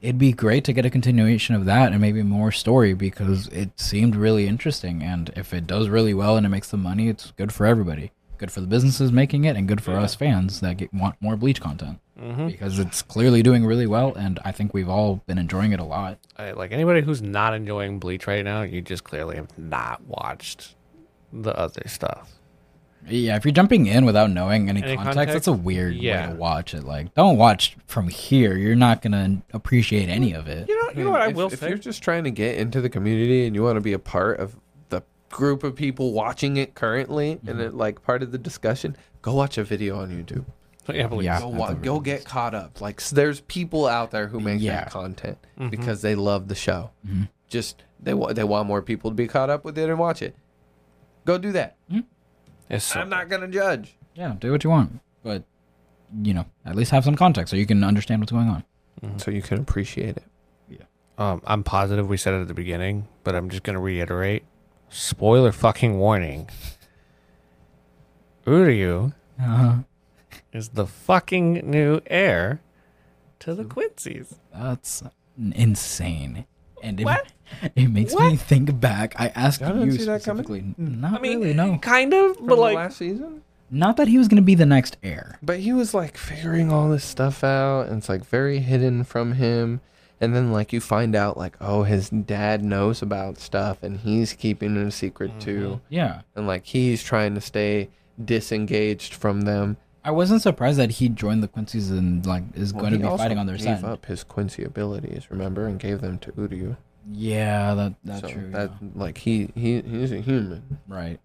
C: It'd be great to get a continuation of that and maybe more story because it seemed really interesting. And if it does really well and it makes the money, it's good for everybody. Good for the businesses making it, and good for us fans that get, want more Bleach content
A: Mm-hmm.
C: because it's clearly doing really well, and I think we've all been enjoying it a lot.
A: I- like anybody who's not enjoying Bleach right now, you just clearly have not watched the other stuff.
C: Yeah, if you're jumping in without knowing any,
A: Any
C: context,
A: context?
C: that's a weird
A: Yeah.
C: way to watch it. Like, don't watch from here; you're not gonna appreciate any of it.
A: You know, you know what I
B: if,
A: will
B: if
A: say.
B: you're just trying to get into the community and you want to be a part of the group of people watching it currently
A: Mm-hmm.
B: and it, like part of the discussion, go watch a video on YouTube.
A: Yeah, please.
C: Yeah.
B: Go,
C: that's
B: wa-
C: a
B: go
C: really
B: get caught up. Like s- there's people out there who make
C: Yeah.
B: that content
A: Mm-hmm.
B: because they love the show.
C: Mm-hmm.
B: Just they wa- they want more people to be caught up with it and watch it. Go do that.
A: It's so-
B: I'm not gonna judge.
C: Yeah, do what you want, but you know, at least have some context so you can understand what's going on.
B: So you can appreciate it.
A: Um, I'm positive we said it at the beginning, but I'm just going to reiterate. Spoiler fucking warning. Uryu
C: Uh-huh.
A: is the fucking new heir to the Quincy's.
C: That's n- insane, and it,
A: What?
C: it makes me think back. I asked
B: I didn't
C: you
B: see that coming.
C: specifically, not
A: Hmm. I mean,
C: really, no,
A: kind of,
B: From
A: but
B: the
A: like,
B: last season,
C: not that he was gonna be the next heir.
B: but he was like figuring all this stuff out, and it's like very hidden from him. And then like you find out like oh his dad knows about stuff, and he's keeping it a secret
C: Mm-hmm.
B: too,
C: Yeah,
B: and like he's trying to stay disengaged from them.
C: I wasn't surprised that he joined the Quincy's and like is
B: Well,
C: going to
B: he
C: be
B: also
C: fighting on their
B: gave
C: side.
B: up his Quincy abilities, remember, and gave them to Uryu.
C: Yeah, that that's
B: so
C: true.
B: that
C: yeah.
B: like he he he's a human.
C: Right.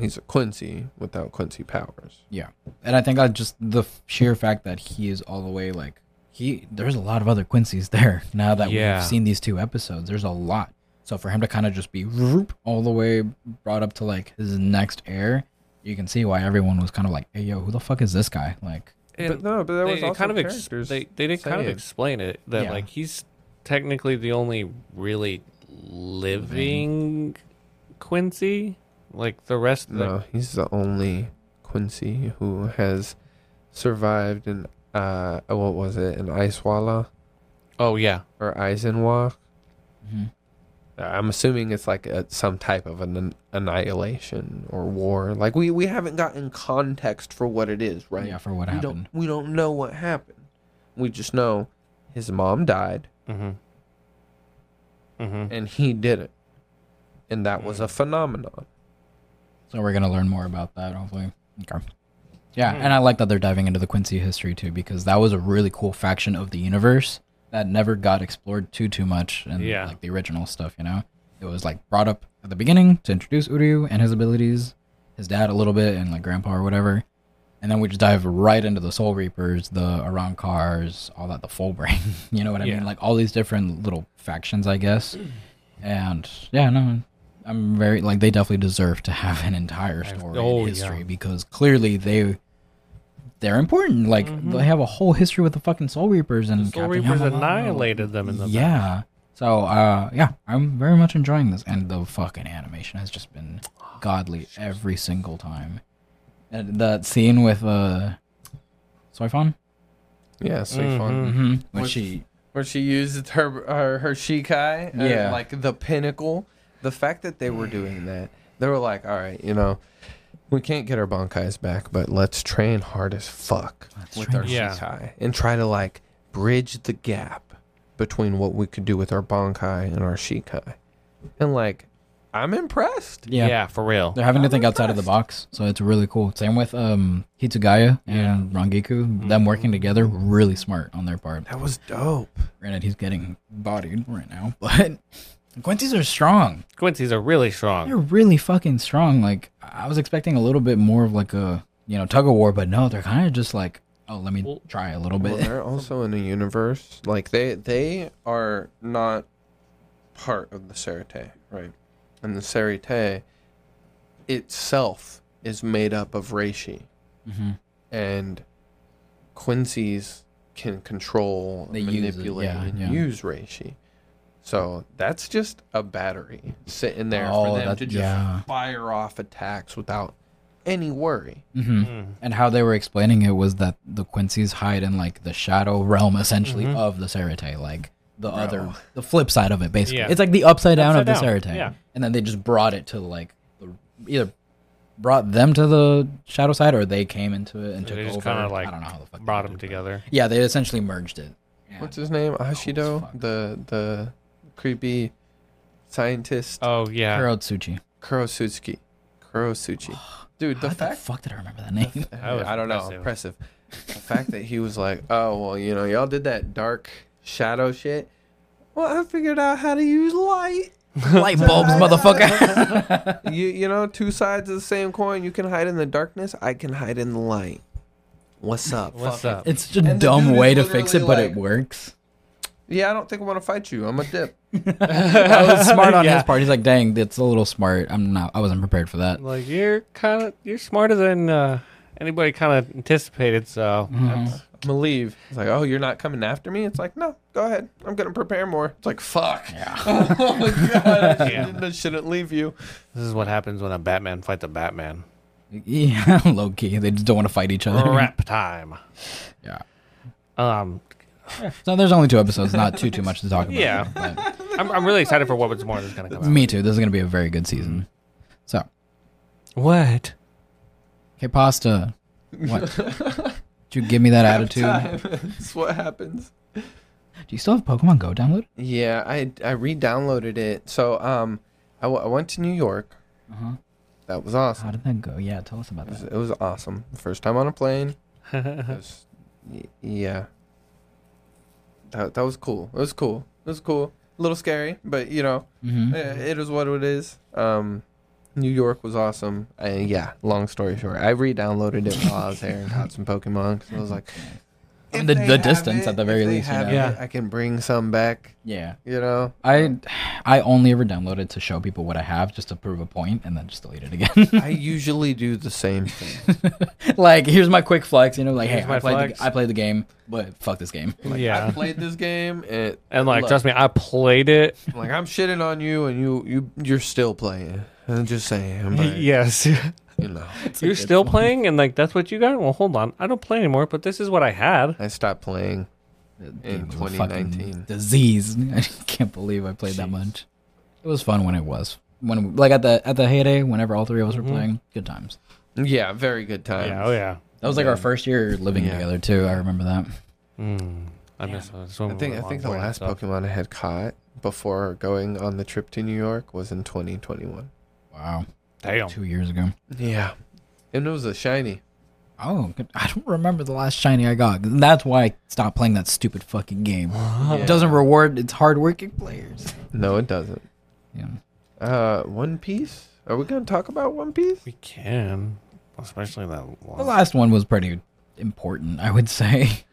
B: He's a Quincy without Quincy powers.
C: Yeah, and I think I just the f- sheer fact that he is all the way like he there's a lot of other Quincy's there now that
A: Yeah.
C: we've seen these two episodes. There's a lot. So for him to kind of just be roop all the way brought up to like his next heir, you can see why everyone was kind of like, "Hey, yo, who the fuck is this guy?" Like,
A: and
B: but no, but there
A: they,
B: was
A: they
B: also
A: kind of ex-
B: characters.
A: they, they did kind of
B: saying-
A: explain it that
C: Yeah.
A: like he's technically the only really living Quincy. Like the rest, of the,
B: no, he's the only Quincy who has survived an uh what was it an Icewalla
A: oh yeah,
B: or Eisenwa.
C: Mhm.
B: I'm assuming it's like a, some type of an, an annihilation or war. Like we we haven't gotten context for what it is, right?
C: yeah, for what
B: we
C: happened.
B: don't we don't know what happened. We just know his mom died
A: mm-hmm, mm-hmm.
B: and he did it. And that was a phenomenon.
C: So we're gonna learn more about that hopefully. Okay. Yeah,
A: Hmm.
C: and I like that they're diving into the Quincy history too because that was a really cool faction of the universe that never got explored too too much in
A: Yeah.
C: like the original stuff. You know, it was like brought up at the beginning to introduce Uryu and his abilities, his dad a little bit, and like grandpa or whatever, and then we just dive right into the Soul Reapers, the Arancars, all that, the Full Brain. you know what I
A: Yeah.
C: mean? Like all these different little factions, I guess. And yeah, no, I'm very like they definitely deserve to have an entire
A: I've-
C: story
A: oh,
C: and history
A: yeah.
C: because clearly they they're important. Like they have a whole history with the fucking Soul Reapers and
A: Mm-hmm. Soul
C: Captain
A: Reapers
C: Yamamoto.
A: annihilated them in the
C: Yeah. So uh yeah, I'm very much enjoying this and the fucking animation has just been godly every single time. And that scene with uh Soifon?
B: Yeah, so fun.
C: Mm-hmm. When
B: With-
C: she
B: where she used her her, her shikai, and,
C: Yeah.
B: like the pinnacle. The fact that they were doing that, they were like, all right, you know, we can't get our bankais back, but let's train hard as fuck
C: Let's
B: with
C: train
B: our
A: Yeah.
B: shikai and try to like bridge the gap between what we could do with our bankai and our shikai. And like, I'm impressed.
A: Yeah,
C: Yeah.
A: for real.
C: They're having to
B: I'm
C: think outside of the box, so it's really cool. Same with um Hitsugaya and Rangiku.
B: Mm-hmm.
C: Them working together, really smart on their part.
B: That was dope.
C: Granted, he's getting bodied right now, but Quincy's are strong.
A: Quincy's are really strong.
C: They're really fucking strong. Like I was expecting a little bit more of like a you know tug of war, but no, they're kind of just like oh let me
A: Well-
C: try a little
B: Well,
C: bit.
B: they're also in a universe like they they are not part of the Serite, right? And the Serite itself is made up of reishi,
C: Mhm.
B: and Quincy's can control,
C: They use it,
B: manipulate,
C: yeah,
B: and
C: yeah.
B: use reishi. So that's just a battery sitting there
C: Oh,
B: for them
C: that-
B: to just
C: yeah.
B: fire off attacks without any worry.
C: Mhm.
A: Mm.
C: And how they were explaining it was that the Quincy's hide in like the shadow realm, essentially
A: Mm-hmm.
C: of the Serite, like the other, the flip side of it, basically.
A: Yeah.
C: It's like the upside down of the
A: Upside down,
C: Serite,
A: yeah.
C: and then they just brought it to like the, either brought them to the shadow side or they came into it and took
A: They just
C: over.
A: kind of like
C: I don't know how the fuck they
A: brought
C: did
A: them
C: it, but-
A: together.
C: Yeah, they essentially merged it. Yeah.
B: What's his name? Ashido,
C: fuck.
B: the the creepy scientist
A: Oh yeah.
C: Kurotsutsuki.
B: Kurosutsuki. Kurosutsuki. Dude,
C: How
B: the
C: the
B: fact
C: fuck did I remember that name?
A: That was
B: I don't know, impressive. the fact that he was like, "Oh, well, you know, y'all did that dark shadow shit. Well, I figured out how to use light.
C: Light bulbs, motherfucker.
B: you you know, two sides of the same coin. You can hide in the darkness. I can hide in the light. What's up?
A: What's
B: fuck it.
A: up?
C: it's such a
B: And the dude
C: dumb
B: is
C: way to fix it,
B: literally
C: but
B: like-
C: it works.
B: Yeah, I don't think I want to fight you. I'm a dip.
C: That was smart on
A: Yeah.
C: his part. He's like, dang, that's a little smart. I'm not. I wasn't prepared for that.
A: Like you're kind of you're smarter than uh, anybody kind of anticipated. So
C: Mm-hmm.
A: that's-
B: I'm gonna leave. It's like, oh, you're not coming after me. It's like, no, go ahead. I'm gonna prepare more. It's like, fuck. oh my god, I
A: Yeah.
B: shouldn't, I shouldn't leave you.
A: this is what happens when a Batman fights a Batman.
C: Yeah, low key. They just don't want to fight each other.
A: Rap time.
C: Yeah.
A: Um,
C: So there's only two episodes. Not too too much to talk about.
A: Yeah.
C: but-
A: I'm, I'm really excited for what's more that's gonna come out.
C: me too. This is gonna be a very good season. So,
A: What?
C: okay, pasta. What? Did you give me that attitude? Do
B: That's what happens.
C: you still have Pokemon Go download?
B: Yeah, I I re-downloaded it. So um, I, w- I went to New York.
C: Uh-huh.
B: That was awesome.
C: How did that go? Yeah, tell us about
B: It was,
C: that.
B: it was awesome. First time on a plane. It was- y- yeah. That that was cool. It was cool. It was cool. A little scary, but you know,
C: Mm-hmm.
B: Yeah, it is what it is. Um, New York was awesome. I, yeah, long story short, I re-downloaded it while I was there and caught some Pokemon 'cause I was like,
C: I mean,
B: if
C: the-
B: they
C: the
B: have
C: distance
B: it-
C: at the
B: if
C: very
B: they
C: least, you
B: have
A: know.
B: it, I can bring some back.
C: Yeah.
B: You know,
C: I I only ever download it to show people what I have, just to prove a point, and then just delete it again.
B: I usually do the same thing.
C: like, here's my quick flex. You know, like,
A: Here's
C: hey,
A: my
C: I played,
A: flex.
C: the, I played the game, but fuck this game.
B: Like, I
A: yeah.
B: played this game and
A: And like,
B: look,
A: trust me, I played it.
B: like I'm shitting on you, and you you you're still playing. I'm just saying, I'm like,
A: yes.
B: you know,
A: You're still playing, and like that's what you got. Well, hold on, I don't play anymore, but this is what I had.
B: I stopped playing.
C: Game was a
B: 2019.
C: fucking disease. I can't believe I played that
B: Jeez.
C: much. It was fun when it was when like at the at the heyday whenever all three of us were
B: Mm-hmm.
A: Mhm.
C: playing. Good times.
B: Yeah, very good times.
A: Yeah, oh yeah.
C: That was like our first year living
B: Yeah.
C: together too. I remember that.
A: Mm, I miss this one
B: I think I
A: was
B: think the
A: longboarding
B: last
A: stuff.
B: Pokemon I had caught before going on the trip to New York was in 2021.
C: Wow,
A: Damn.
C: two years ago.
B: Yeah, and it was a shiny.
C: Oh, good. I don't remember the last shiny I got. That's why I stopped playing that stupid fucking game. It Uh, doesn't reward its hardworking players.
B: No, it doesn't.
C: Yeah.
B: Uh, One Piece. Are we gonna talk about One Piece?
A: We can, especially that
C: The
A: one.
C: last one was pretty important, I would say.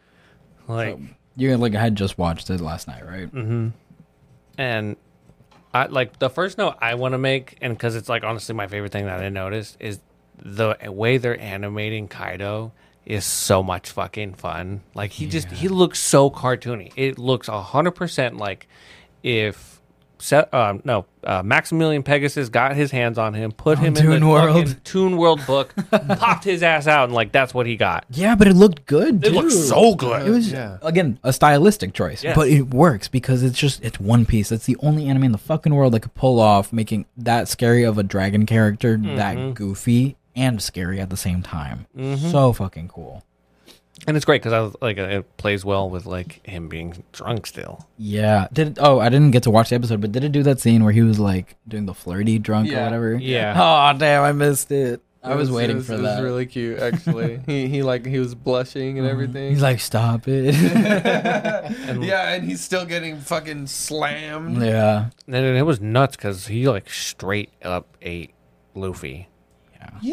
A: Like,
C: You like I had just watched it last night, right?
A: and I like the first note I want to make, and because it's like honestly my favorite thing that I noticed is the way they're animating Kaido is so much fucking fun. Like he just he looks so cartoony. It looks hundred percent like if set, uh, no, uh, Maximilian Pegasus got his hands on him, put
C: On
A: him in
C: Toon
A: the
C: World.
A: fucking Toon World book, popped his ass out, and like that's what he got.
C: Yeah, but it looked good.
A: It looked
C: dude.
A: so good.
C: It was
B: Yeah.
C: again a stylistic choice,
A: Yes.
C: but it works because it's just it's one piece. It's the only anime in the fucking world that could pull off making that scary of a dragon character
A: Mm-hmm.
C: that goofy and scary at the same time. So fucking cool.
A: and it's great because I was like, uh, it plays well with like him being drunk still.
C: Yeah. Did it, oh I didn't get to watch the episode, but did it do that scene where he was like doing the flirty drunk or
B: Yeah.
C: whatever?
A: Yeah,
C: Oh damn, I missed it. I
B: It
C: was, waiting
B: it was,
C: for
B: it
C: that.
B: was really cute, actually. he he like he was blushing and everything.
C: He's like, stop it.
B: yeah, and he's still getting fucking slammed.
C: yeah.
A: and then it was nuts because he like straight up ate Luffy,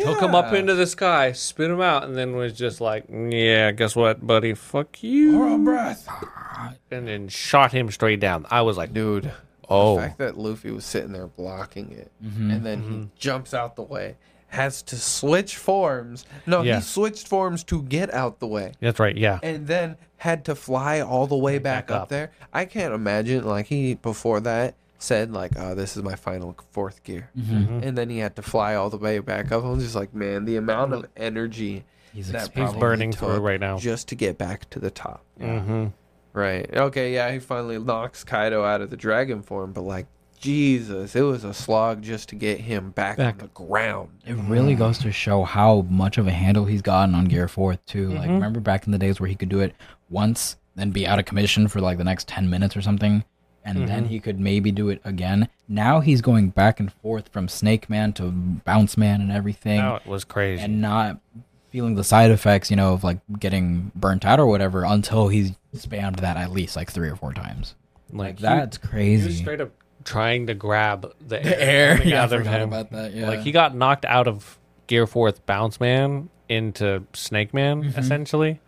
A: took him up
B: Yeah.
A: into the sky, spit him out, and then was just like, yeah, guess what, buddy, fuck you,
C: um,
B: Oral breath.
A: and then shot him straight down. I was like,
B: Dude, the
A: oh, Mm-hmm.
B: fact that Luffy was sitting there blocking it, and then he jumps out the way, has to switch forms. No,
A: Yeah.
B: he switched forms to get out the way,
A: that's right, yeah.
B: and then had to fly all the way back,
A: Back
B: up.
A: up.
B: there. I can't imagine. Like he before that said, like, "Oh, this is my final fourth gear,"
A: Mm-hmm.
B: and then he had to fly all the way back up. I'm just like, man, the amount of energy
C: He's
B: that
A: He's
B: probably
A: burning through
B: took
A: right now.
B: just to get back to the top.
A: Mm-hmm.
B: Right. Okay, yeah, he finally knocks Kaido out of the dragon form, but like Jesus, it was a slog just to get him back,
A: Back.
B: on the ground.
C: It really
A: Mm.
C: goes to show how much of a handle he's gotten on Gear 4 too.
A: Mm-hmm.
C: Like remember back in the days where he could do it once, then be out of commission for like the next 10 minutes or something, and then
A: Mm-hmm.
C: he could maybe do it again. Now he's going back and forth from Snake Man to Bounce Man and everything
A: Now it was crazy.
C: and not feeling the side effects, you know, of like getting burnt out or whatever until he's spammed that at least like 3 or 4 times. Like
A: like that,
C: that's
A: he, was
C: crazy.
A: straight up trying to grab the, air,
C: Air.
A: coming
C: Yeah, I
A: out of
C: forgot
A: him.
C: about that. Yeah.
A: Like he got knocked out of Gear Fourth Bounce Man into Snake Man,
C: Mm-hmm.
A: essentially,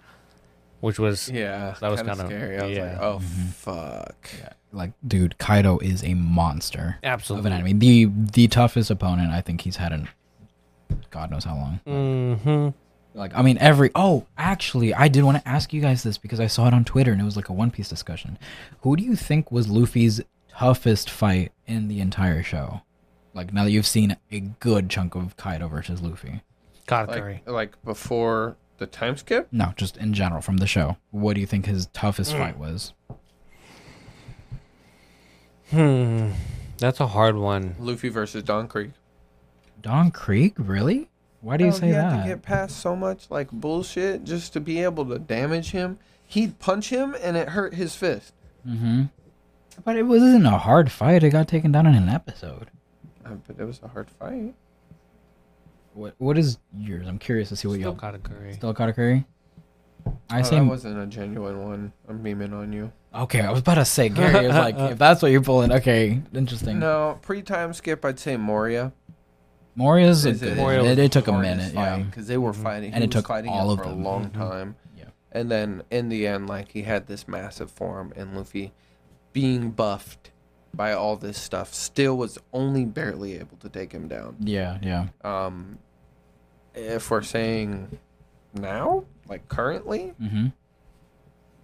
A: which was
B: Yeah.
A: That was
B: kinda
A: kinda- Mm-hmm.
B: scary. I was
A: yeah.
B: like, oh fuck.
C: like dude, Kaido is a monster. of
A: absolutely
C: an enemy. The the toughest opponent I think he's had in God knows how long.
A: Mhm.
C: Like I mean every oh, actually I did want to ask you guys this because I saw it on Twitter and it was like a One Piece discussion. Who do you think was Luffy's toughest fight in the entire show? Like now that you've seen a good chunk of Kaido versus Luffy.
A: Katakuri.
B: Like, like before the time skip?
C: No, just in general from the show. What do you think his
B: Mm.
C: toughest fight was?
A: hmm. That's a hard one.
B: Luffy versus Don Creek.
C: Don Creek, really? Why do you
B: Oh,
C: say
B: he
C: that?
B: had to get past so much like bullshit just to be able to damage him. He'd punch him and it hurt his fist.
C: hmm But it wasn't a hard fight. It got taken down in an episode.
B: Uh, But it was a hard fight.
C: What what is yours? I'm curious to see what
A: Still
C: y'all
A: Katakuri.
C: still Katakuri. I
B: Oh,
C: say
B: that wasn't a genuine one. I'm beaming on you.
C: okay. I was about to say Gary was like, if that's what you're pulling, okay, interesting.
B: No, pre time skip, I'd say Moria.
C: Moria's a
B: Is
C: good.
A: Moria was
C: it, it took a minute, yeah. Mm-hmm.
B: because they were fighting,
C: And
B: he
C: it
B: was
C: took
B: fighting
C: all
B: him
C: of
B: for
C: them.
B: a long
C: Mhm.
B: time.
C: Yeah.
B: And then in the end, like he had this massive form, and Luffy, being buffed by all this stuff, still was only barely able to take him down.
C: Yeah, yeah.
B: Um, if we're saying now, like currently,
C: Mm-hmm.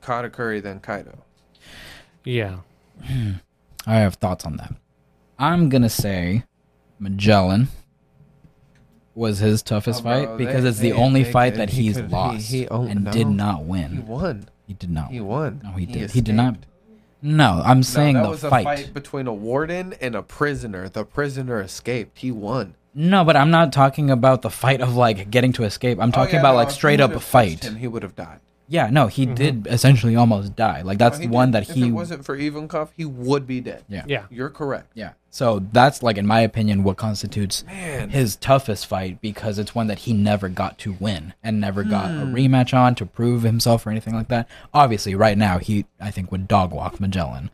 B: Katakuri then Kaido.
A: Yeah.
C: I have thoughts on that. I'm gonna say Magellan was his toughest
B: Oh,
C: fight
B: bro,
C: because
B: they-
C: it's the
B: they-
C: only
B: they
C: fight
B: could-
C: that
B: he
C: he's
B: could- he-
C: lost
B: he owned-
C: and did
B: no.
C: not
B: He
C: win.
B: won.
C: He did not.
B: He won.
C: No, he did. He did not.
B: escaped.
C: No, I'm
B: No,
C: saying
B: that
C: the
B: was a
C: fight.
B: fight between a warden and a prisoner. The prisoner escaped. He won.
C: No, but I'm not talking about the fight of like getting to escape. I'm
B: Oh,
C: talking
B: yeah,
C: about
B: no,
C: like
B: if he
C: straight up a
B: would've touched
C: fight.
B: Him, he would have died.
C: Yeah, no, he did essentially almost die. Like that's
B: No,
C: the
B: Oh, he
C: one
B: did.
C: that he
B: If it wasn't for Ivankov, he would be dead.
C: Yeah.
A: Yeah.
B: You're correct.
C: Yeah. So that's like in my opinion what constitutes
B: Man.
C: his toughest fight because it's one that he never got to win and never got a rematch on to prove himself or anything like that. Obviously, right now he I think would dog walk Magellan.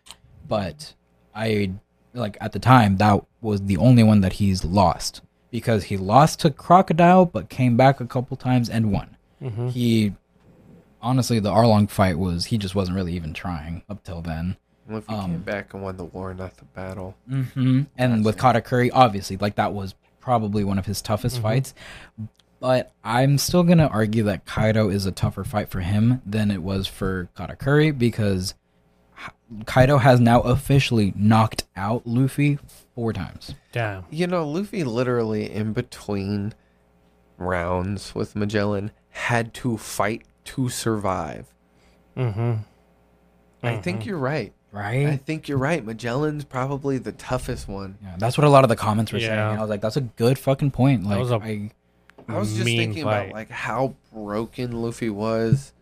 C: But I like at the time that was the only one that he's lost because he lost to Crocodile but came back a couple times and won. He honestly the Arlong fight was he just wasn't really even trying up till then.
B: Well, if he
C: Um,
B: came back and won the war, not the battle.
C: Mm-hmm. And with Katakuri, obviously, like that was probably one of his toughest
A: Mm-hmm.
C: fights. But I'm still gonna argue that Kaido is a tougher fight for him than it was for Katakuri because h- Kaido has now officially knocked out Luffy four times.
A: Damn.
B: You know, Luffy literally in between rounds with Magellan had to fight to survive.
A: Mm-hmm.
B: I
C: Mm-hmm.
B: think you're right. I
C: Right?
B: think you're right. Magellan's probably the toughest one.
C: Yeah, that's what a lot of the comments were
A: Yeah.
C: saying. I was like, that's a good fucking point. Like,
A: was a-
C: I-
B: I was just
A: Mean
B: thinking
A: fight.
B: about like how broken Luffy was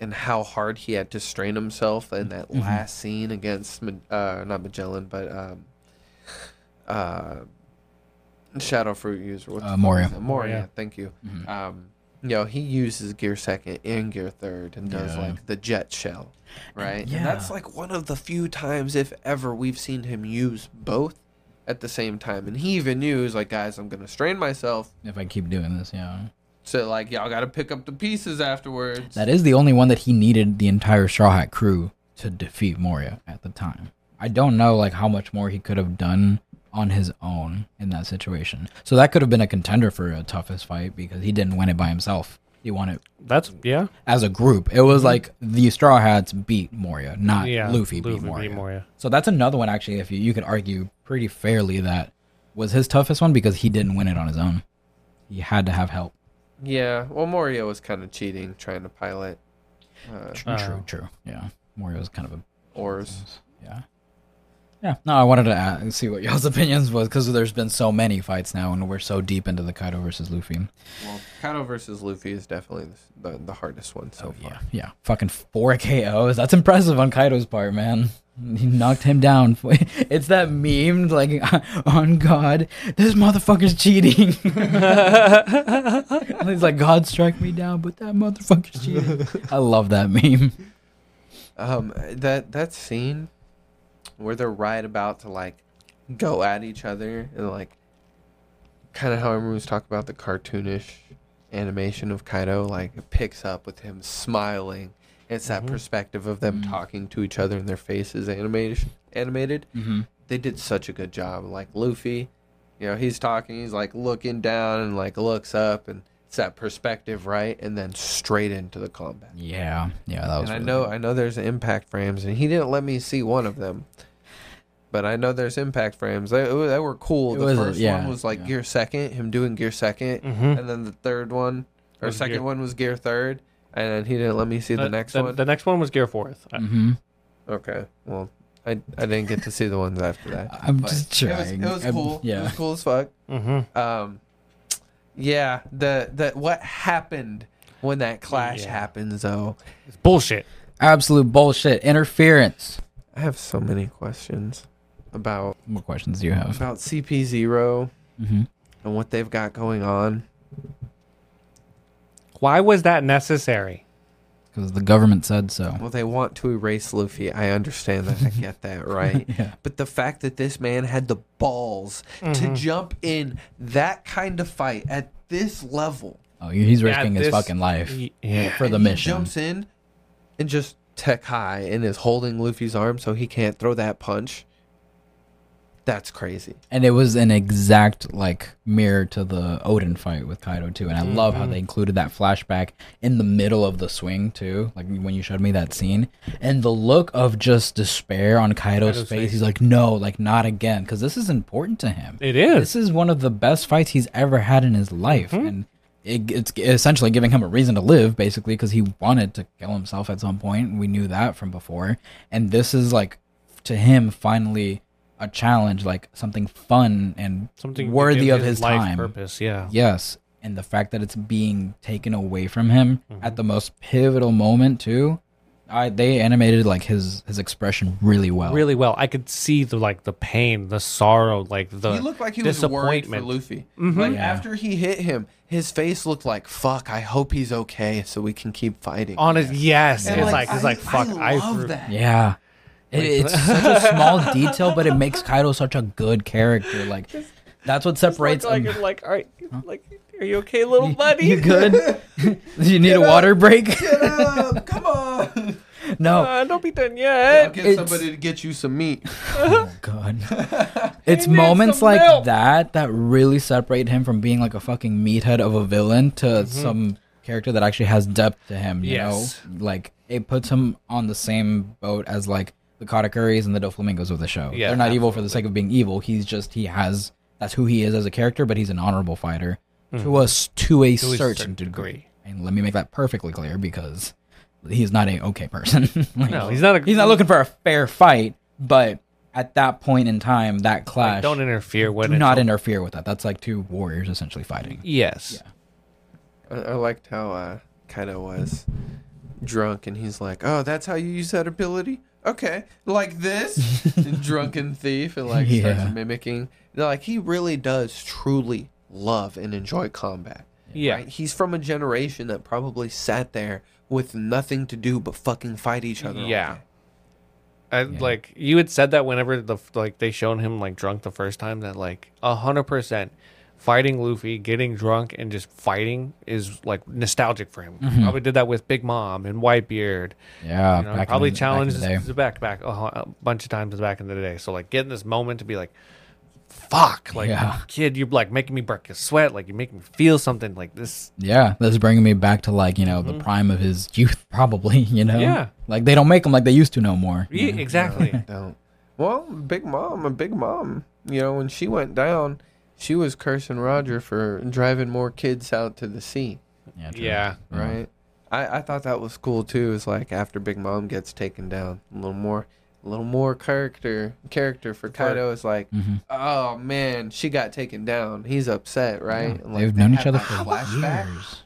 B: and how hard he had to strain himself in that
A: Mm-hmm.
C: Mhm.
B: last scene against Ma- uh not Magellan but um uh Shadow Fruit user what's the
C: Uh,
B: fuck
C: Moria.
B: is it? Moria,
A: Moria.
B: thank you.
A: Mm-hmm.
C: Mhm.
B: Um you know, he uses gear second and gear third and does
C: Yeah.
B: like the jet shell, right?
C: yeah.
B: And that's like one of the few times if ever we've seen him use both at the same time. And he even knew he was like, guys, I'm gonna strain myself.
C: if I keep doing this, yeah.
B: So like y'all got to pick up the pieces afterwards.
C: That is the only one that he needed the entire Straw Hat crew to defeat Moria at the time. I don't know like how much more he could have done on his own in that situation. So that could have been a contender for a toughest fight because he didn't win it by himself. He won it
A: That's yeah.
C: as a group. It was like the Straw Hats beat Moria, not
A: Yeah.
C: Luffy, beat Moria.
A: Moria.
C: So that's another one actually if you, you could argue pretty fairly that was his toughest one because he didn't win it on his own. He had to have help.
B: yeah. Well, Moria was kind of cheating, trying to pilot uh,
C: True,
A: Uh,
C: true, true. Yeah. Moria was kind of a
B: oars.
C: Yeah. Yeah. No, I wanted to ask, see what y'all's opinions was because there's been so many fights now, and we're so deep into the Kaido versus Luffy.
B: Well, Kaido versus Luffy is definitely the, the, the hardest one so far.
C: Oh, yeah, yeah. Fucking four KOs. That's impressive on Kaido's part, man. He knocked him down. It's that meme, like, on God, this motherfucker's cheating.
A: Mm-hmm.
C: And he's like, God strike me down, but that motherfucker's cheating. I love that meme.
B: Um, that that scene where they're right about to like go at each other and like kind of how everyone was talking about the cartoonish animation of Kaido, like it picks up with him smiling. It's that
A: Mhm.
B: perspective of them
C: Mm-hmm. Mm.
B: talking to each other and their faces animation animated.
C: Mm-hmm.
B: they did such a good job. Like Luffy, you know, he's talking, he's like looking down and like looks up, and it's that perspective, right? And then straight into the combat.
C: Yeah, yeah, that was.
B: And I
C: really
B: know,
C: good.
B: I know, there's impact frames, and he didn't let me see one of them. But I know there's impact frames. They, they were cool.
C: It
B: the
C: was a-
B: first
C: yeah,
B: one was like
C: yeah.
B: gear second, him doing gear 2nd
A: Mm-hmm.
B: and then the third one or
A: Was
B: second
A: gear-
B: one was gear third, and then he didn't let me see the next one.
A: Uh, The next one was Gear Fourth. Uh, I-
C: Mhm.
B: Okay, well, I I didn't get to see the ones after that.
C: I'm
B: But
C: just
B: it was,
C: trying.
B: it was
C: I'm-
B: cool. It
C: Yeah.
B: was cool as fuck.
A: Mhm.
B: um yeah the the what happened when that clash
A: Yeah.
B: happens though
A: It's bullshit.
C: Absolute bullshit. Interference.
B: i have so many questions about
C: What questions do you have?
B: about cp0
C: Mm-hmm.
B: and what they've got going on
A: Why was that necessary?
C: Because the government said so.
B: well they want to erase luffy i understand that i get that right
C: Yeah.
B: but the fact that this man had the balls
C: Mm-hmm.
A: Mhm.
B: to jump in that kind of fight at this level
C: Oh, he's
A: Yeah,
C: risking his
A: this- e-
C: fucking life
A: Yeah.
C: for the
B: And he
C: mission.
B: jumps in and just tech high and is holding Luffy's arm so he can't throw that punch. That's crazy.
C: And it was an exact like mirror to the Odin fight with Kaido too. And I love
A: Mm-hmm.
C: how they included that flashback in the middle of the swing too. Like when you showed me that scene and the look of just despair on Kaido's,
A: Kaido's
C: face.
A: face.
C: He's like, no, like not again, because this is important to him.
A: It is. Mm-hmm.
C: This is one of the best fights he's ever had in his life, and it, it's essentially giving him a reason to live, basically, because he wanted to kill himself at some point. We knew that from before, and this is like to him finally a challenge, like something fun and
A: Something to
C: worthy
A: give
C: of his,
A: life
C: time.
A: Purpose. Yeah.
C: Yes, and the fact that it's being taken away from him
A: Mm-hmm.
C: at the most pivotal moment too. I, they animated like his his expression really well.
A: Really well. I could see the like the pain, the sorrow, like the
B: He looked like he was worried for
A: disappointment. Mm-hmm.
B: Luffy. Like
C: Yeah.
B: after he hit him, his face looked like fuck. I hope he's okay so we can keep fighting.
A: On his yes,
B: And,
A: it's like, it's like
B: I-
A: fuck.
B: I love
A: threw-
B: that.
C: Yeah. It, it's such a small detail, but it makes Kaido such a good character. Like, that's what separates
A: like,
C: him.
A: I'm like, are, like, are you okay, little buddy?
C: You good? Do you need a water break?
B: Get up, come on!
C: No.
A: Uh, don't be done
B: I'll
A: yet.
B: get
C: It's-
B: somebody to get you some meat.
C: Oh, God. It's
A: He needs
C: moments
A: some
C: like
A: milk.
C: that that really separate him from being like a fucking meathead of a villain to some character that actually has depth to him, you
A: Mm-hmm. Yes.
C: know? Like, it puts him on the same boat as, like, the Katakuris and the Doflamingos of the show.
A: Yeah,
C: They're not evil for the sake of being evil. He's just he has that's who he is as a character, but he's an honorable fighter to us to a
A: Mm-hmm. To a
C: certain,
A: certain
C: degree.
A: degree.
C: And let me make that perfectly clear because he's not a okay person. Like,
A: No, he's not a-
C: he's not looking for a fair fight, but at that point in time, that clash
A: Like, don't interfere when
C: do
A: it's
C: not
A: a-
C: interfere with that. That's like two warriors essentially fighting.
A: Yes.
B: I, I liked how uh, Kaido was drunk, and he's like, "Oh, that's how you use that ability." Okay, like this drunken thief, and like
C: Yeah.
B: starts mimicking. Like he really does truly love and enjoy combat.
A: Yeah.
B: right? He's from a generation that probably sat there with nothing to do but fucking fight each other. all
A: Yeah.
B: day.
A: I,
C: Oh, Yeah.
A: Like you had said that whenever the f- like they shown him like drunk the first time that like a hundred percent fighting Luffy, getting drunk and just fighting is like nostalgic for
C: Mm-hmm.
A: him. Probably did that with Big Mom and Whitebeard.
C: Yeah,
A: You know,
C: Uh, back in
A: probably
C: the- back in
A: challenged
C: the day.
A: the back back a, hu- a bunch of times back in the day. So like getting this moment to be like, fuck, like
C: Yeah.
A: kid, you're like making me break a sweat, like you're making me feel something like this.
C: Yeah, this is bringing me back to like you know the prime of his youth, probably. You know,
A: Mm-hmm. Yeah.
C: like they don't make them like they used to no more.
A: Yeah, exactly.
B: Don't. Well, Big Mom, a Big Mom. You know, when she went down, she was cursing Roger for driving more kids out to the sea.
C: Yeah, true.
A: yeah.
B: right? I, I thought that was cool too. It's like after Big Mom gets taken down, a little more, a little more character character for Kaido is like,
C: Mhm.
B: oh man, she got taken down. He's upset, right? And, like,
C: they've
B: they
C: known each
B: have
C: other
B: that
C: for
B: flashback.
C: years.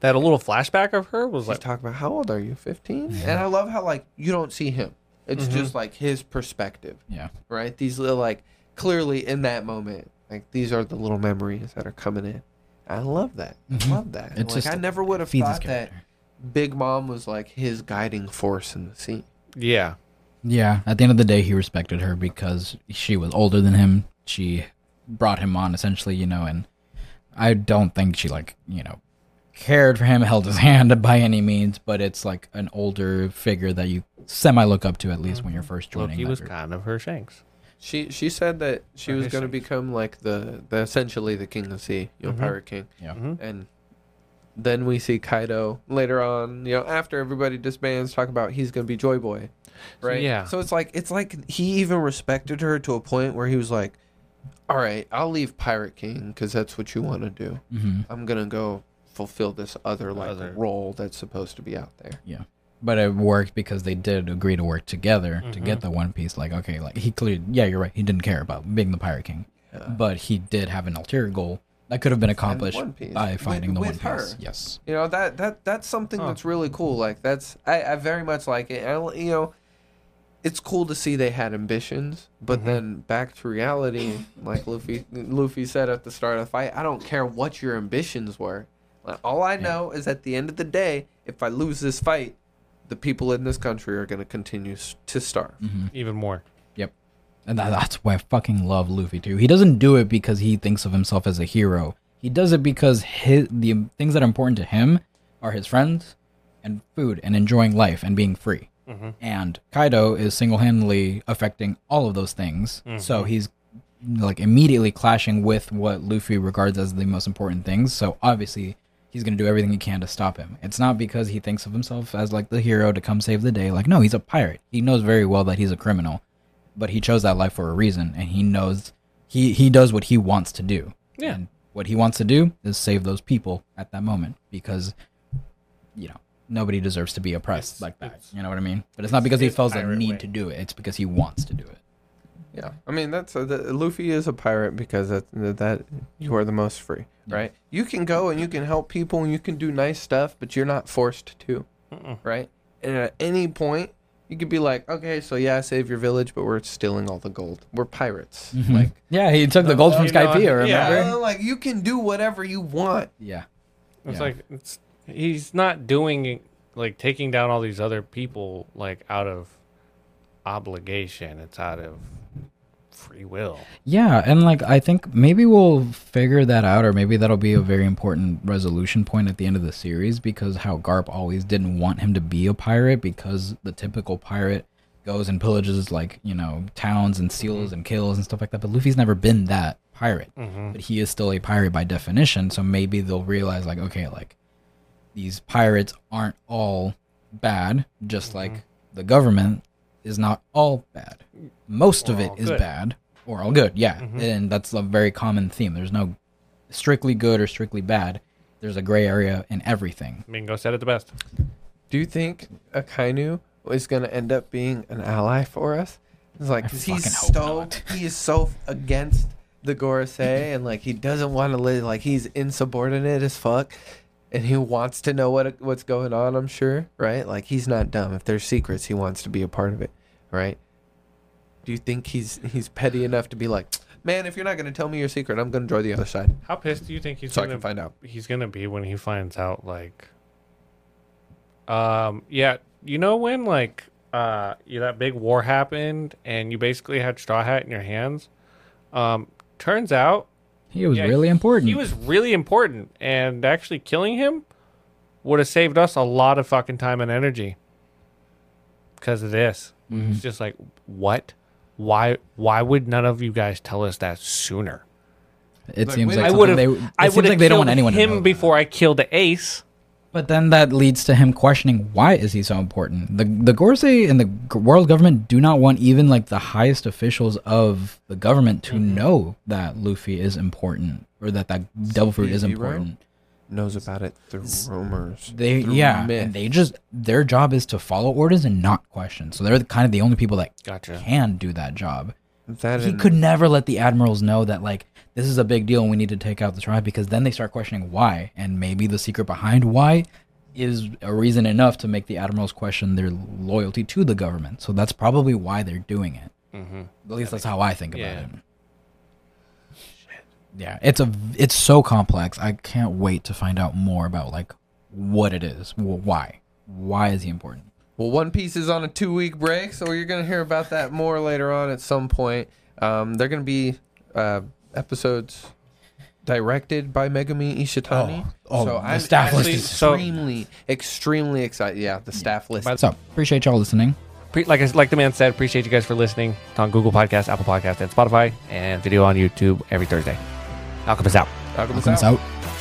A: That a little flashback of her was
B: She's
A: like,
B: talking about how old are you, fifteen? And I love how like you don't see him. It's just like his perspective,
C: Mm-hmm. Yeah,
B: right? These little like clearly in that moment, like these are the little memories that are coming in. I love that. I love that.
C: Mm-hmm. It's
B: like
C: just-
B: I never would have
C: feeds his
B: thought that
C: character.
B: Big Mom was like his guiding force in the scene.
A: yeah,
C: Yeah, at the end of the day, he respected her because she was older than him. She brought him on essentially, you know, and I don't think she like you know cared for him, held his hand by any means, but it's like an older figure that you semi look up to at least when you're first joining.
A: Loki
C: that
A: was
C: group.
A: kind of her Shanks.
B: She she said that she
A: Or
B: was
A: his
B: going to
A: sons.
B: become like the, the essentially the king of the sea, you know,
A: Mhm.
B: pirate king.
C: Yeah.
A: Mhm.
B: And then we see Kaido later on, you know, after everybody disbands, talk about he's going to be Joy Boy, right?
A: yeah.
B: So it's like it's like he even respected her to a point where he was like, "All right, I'll leave pirate king because that's what you want to do.
C: hmm
B: I'm gonna go fulfill this other like
A: Other-
B: role that's supposed to be out there."
C: but it worked because they did agree to work together to get the one piece like okay like he clearly yeah you're right he didn't care about being the pirate king
B: Yeah.
C: but he did have an ulterior goal that could have been accomplished
B: One Piece.
C: by
B: With-
C: finding the
B: with
C: one
B: her.
C: piece yes
B: You know that that that's something
A: Huh.
B: that's really cool. Like that's I, I very much like it. I, you know, it's cool to see they had ambitions, but then back to reality, like Luffy Luffy said at the start of the fight, I don't care what your ambitions were. Like, all I know is at the end of the day, if I lose this fight, the people in this country are going to continue s- to starve.
C: Mm-hmm.
A: Even more.
C: Yep. And that, that's why I fucking love Luffy too. He doesn't do it because he thinks of himself as a hero. He does it because his, the things that are important to him are his friends and food and enjoying life and being free. And Kaido is single-handedly affecting all of those things. So he's like immediately clashing with what Luffy regards as the most important things. So obviously he's going to do everything he can to stop him. It's not because he thinks of himself as like the hero to come save the day. Like no, he's a pirate. He knows very well that he's a criminal but he chose that life for a reason and he knows he he does what he wants to do
A: Yeah.
C: and what he wants to do is save those people at that moment because you know nobody deserves to be oppressed
A: It's-
C: like that
A: it's-
C: you know what i mean but it's not because he
A: his
C: feels the
A: pirate
C: need
A: way.
C: to do it it's because he wants to do it
B: Yeah, I mean that's uh, the, Luffy is a pirate because that that you are the most free, right? You can go and you can help people and you can do nice stuff, but you're not forced to, right? And at any point, you could be like, okay, so yeah, save your village, but we're stealing all the gold. We're pirates, Mm-hmm.
C: Mm-hmm.
B: like.
C: yeah he took the gold from
A: you know,
C: skype remember
A: yeah.
C: yeah,
B: uh, like you can do whatever you want.
A: It's
C: Yeah.
A: like it's he's not doing like taking down all these other people like out of obligation. It's out of free will.
C: Yeah, and like I think maybe we'll figure that out, or maybe that'll be a very important resolution point at the end of the series because how Garp always didn't want him to be a pirate because the typical pirate goes and pillages like you know towns and steals and kills and stuff like that. But Luffy's never been that pirate,
A: Mm-hmm.
C: but he is still a pirate by definition. So maybe they'll realize like, okay, like
A: Mm-hmm.
C: these pirates aren't all bad, just like the government is not all bad. Most of
A: Or
C: it
A: all
C: is
A: good.
C: bad or all good. Yeah,
A: Mhm.
C: and that's a very common theme. There's no strictly good or strictly bad. There's a gray area in everything.
A: Mingo said it the best.
B: Do you think Akainu is going to end up being an ally for us? It's like
C: I
B: 'cause
C: fucking
B: he's
C: hope
B: so
C: not.
B: he is so against the Gorosei and like he doesn't want to live like he's insubordinate as fuck and he wants to know what what's going on, I'm sure, right? Like he's not dumb. If there's secrets, he wants to be a part of it, right? Do you think he's he's petty enough to be like, "Man, if you're not going to tell me your secret, I'm going to draw the other side
A: How pissed do you think he's
B: so I
A: gonna
B: can find out."
A: he's gonna be when he finds out like um yeah you know when like uh you, that big war happened and you basically had straw hat in your hands um turns out
C: He was
A: Yeah,
C: really important.
A: he was really important and actually killing him would have saved us a lot of fucking time and energy because of this
C: Mm-hmm.
A: it's just like what why why would none of you guys tell us that sooner
C: it
B: Like,
C: seems
B: we-
A: i
C: like
A: would
C: something
A: have
C: they.
A: i
C: It
A: would
C: seems
A: have
C: like they don't want anyone to
A: him
C: know that.
A: before i killed ace
C: But then that leads to him questioning why is he so important. The the Gorse and the g- world government do not want even like the highest officials of the government to
B: Mm-hmm.
C: know that Luffy is important or that that devil fruit is
B: CP, right?
C: important.
B: Knows about it through rumors.
C: They
B: through
C: yeah,
B: myth.
C: and they just their job is to follow orders and not question. So they're the, kind of the only people that
A: gotcha
C: can do that job.
B: That
C: He
B: and-
C: could never let the admirals know that like this is a big deal and we need to take out the tribe because then they start questioning why and maybe the secret behind why is a reason enough to make the admirals question their loyalty to the government. So that's probably why they're doing it.
A: mm-hmm.
C: At least that's how I think about
A: yeah.
C: it. Yeah, it's a it's so complex. I can't wait to find out more about like what it is, wh- why, why is he important?
B: Well, One Piece is on a two week break, so you're going to hear about that more later on at some point. Um, they're going to be uh, episodes directed by Megami Ishitani.
C: Oh, oh,
B: so
C: the
B: I'm
C: staff list
B: actually
A: is so-
B: extremely, extremely excited. Yeah, the staff list.
C: So appreciate y'all listening.
A: Pre- like I, like the man said, appreciate you guys for listening. It's on Google Podcast, Apple Podcast, and Spotify, and video on YouTube every Thursday. Alchemist out.
B: Alchemist
C: Comes
B: out.
C: out.